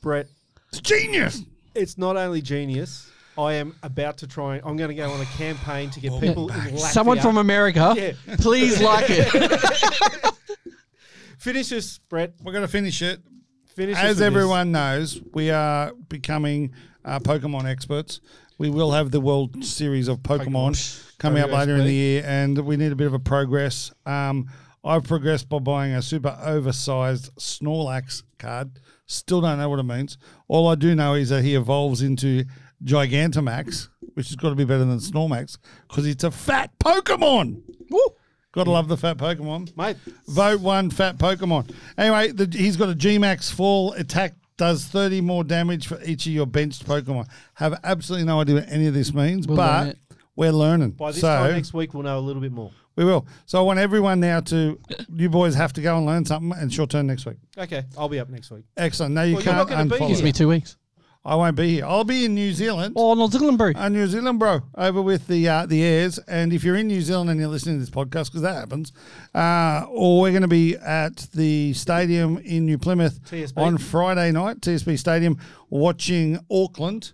Speaker 3: Brett,
Speaker 2: It's genius.
Speaker 3: it's not only genius. I am about to try. I'm going to go on a campaign to get people in Latvia.
Speaker 5: Someone from America,
Speaker 3: Yeah.
Speaker 5: please like it.
Speaker 3: finish this, Brett.
Speaker 2: We're going to finish it.
Speaker 3: Finish us with
Speaker 2: As
Speaker 3: this.
Speaker 2: everyone knows, we are becoming uh, Pokemon experts. We will have the World Series of Pokemon come out later in the
Speaker 3: WSP.
Speaker 2: year, and we need a bit of a progress. Um, I've progressed by buying a super oversized Snorlax card. Still don't know what it means. All I do know is that he evolves into Gigantamax, which has got to be better than Snorlax because it's a fat Pokemon.
Speaker 5: Woo.
Speaker 2: Got to love the fat Pokemon.
Speaker 3: mate.
Speaker 2: Vote one fat Pokemon. Anyway, the, he's got a G Max fall attack, does 30 more damage for each of your benched Pokemon. Have absolutely no idea what any of this means,
Speaker 5: We'll
Speaker 2: but
Speaker 5: learn it.
Speaker 2: we're learning.
Speaker 3: By this
Speaker 2: so
Speaker 3: time next week, we'll know a little bit more.
Speaker 2: we will. So I want everyone now to, you boys have to go and learn something, and it's your turn next week.
Speaker 3: Okay, I'll be up next week.
Speaker 2: Excellent. Now you
Speaker 3: Well, you're not
Speaker 2: can't
Speaker 3: gonna be
Speaker 2: unfollow.
Speaker 5: Gives me two weeks.
Speaker 2: I won't be here. I'll be in New Zealand.
Speaker 5: Oh, New Zealand brew.
Speaker 2: Uh, New Zealand, bro, over with the uh, the airs. And if you're in New Zealand and you're listening to this podcast, because that happens, uh, or we're going to be at the stadium in New Plymouth
Speaker 3: TSB.
Speaker 2: on Friday night, TSB Stadium, watching Auckland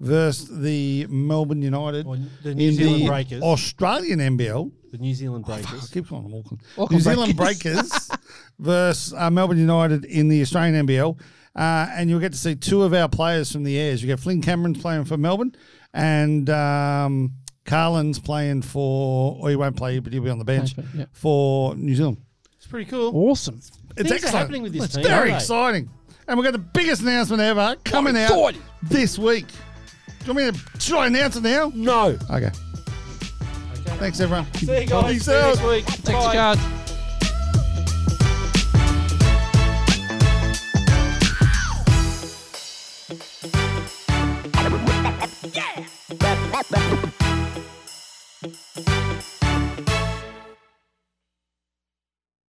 Speaker 2: versus the Melbourne United
Speaker 3: Or the New
Speaker 2: in
Speaker 3: Zealand
Speaker 2: the
Speaker 3: Breakers.
Speaker 2: Australian NBL.
Speaker 3: The New Zealand
Speaker 2: I
Speaker 3: Breakers.
Speaker 2: keep calling them Auckland.
Speaker 5: Auckland
Speaker 2: New Zealand Breakers, versus uh, Melbourne United in the Australian NBL. Uh, and you'll get to see two of our players from the Airs. You get Flynn Cameron's playing for Melbourne and um, Carlin's playing for, or he won't play, but he'll be on the bench
Speaker 5: Okay, yeah.
Speaker 2: for New Zealand.
Speaker 3: It's pretty cool.
Speaker 5: Awesome.
Speaker 2: It's
Speaker 3: Things are
Speaker 2: excellent.
Speaker 3: happening with this
Speaker 2: it's
Speaker 3: team,
Speaker 2: very
Speaker 3: aren't they?
Speaker 2: exciting. And we've got the biggest announcement ever coming out this week. Do you want me to, should I announce it now?
Speaker 3: No.
Speaker 2: Okay. Thanks, everyone.
Speaker 3: See you guys.
Speaker 2: Peace
Speaker 3: See you
Speaker 2: out.
Speaker 3: next week.
Speaker 5: Thanks,
Speaker 3: Bye.
Speaker 5: cards.
Speaker 4: Nobody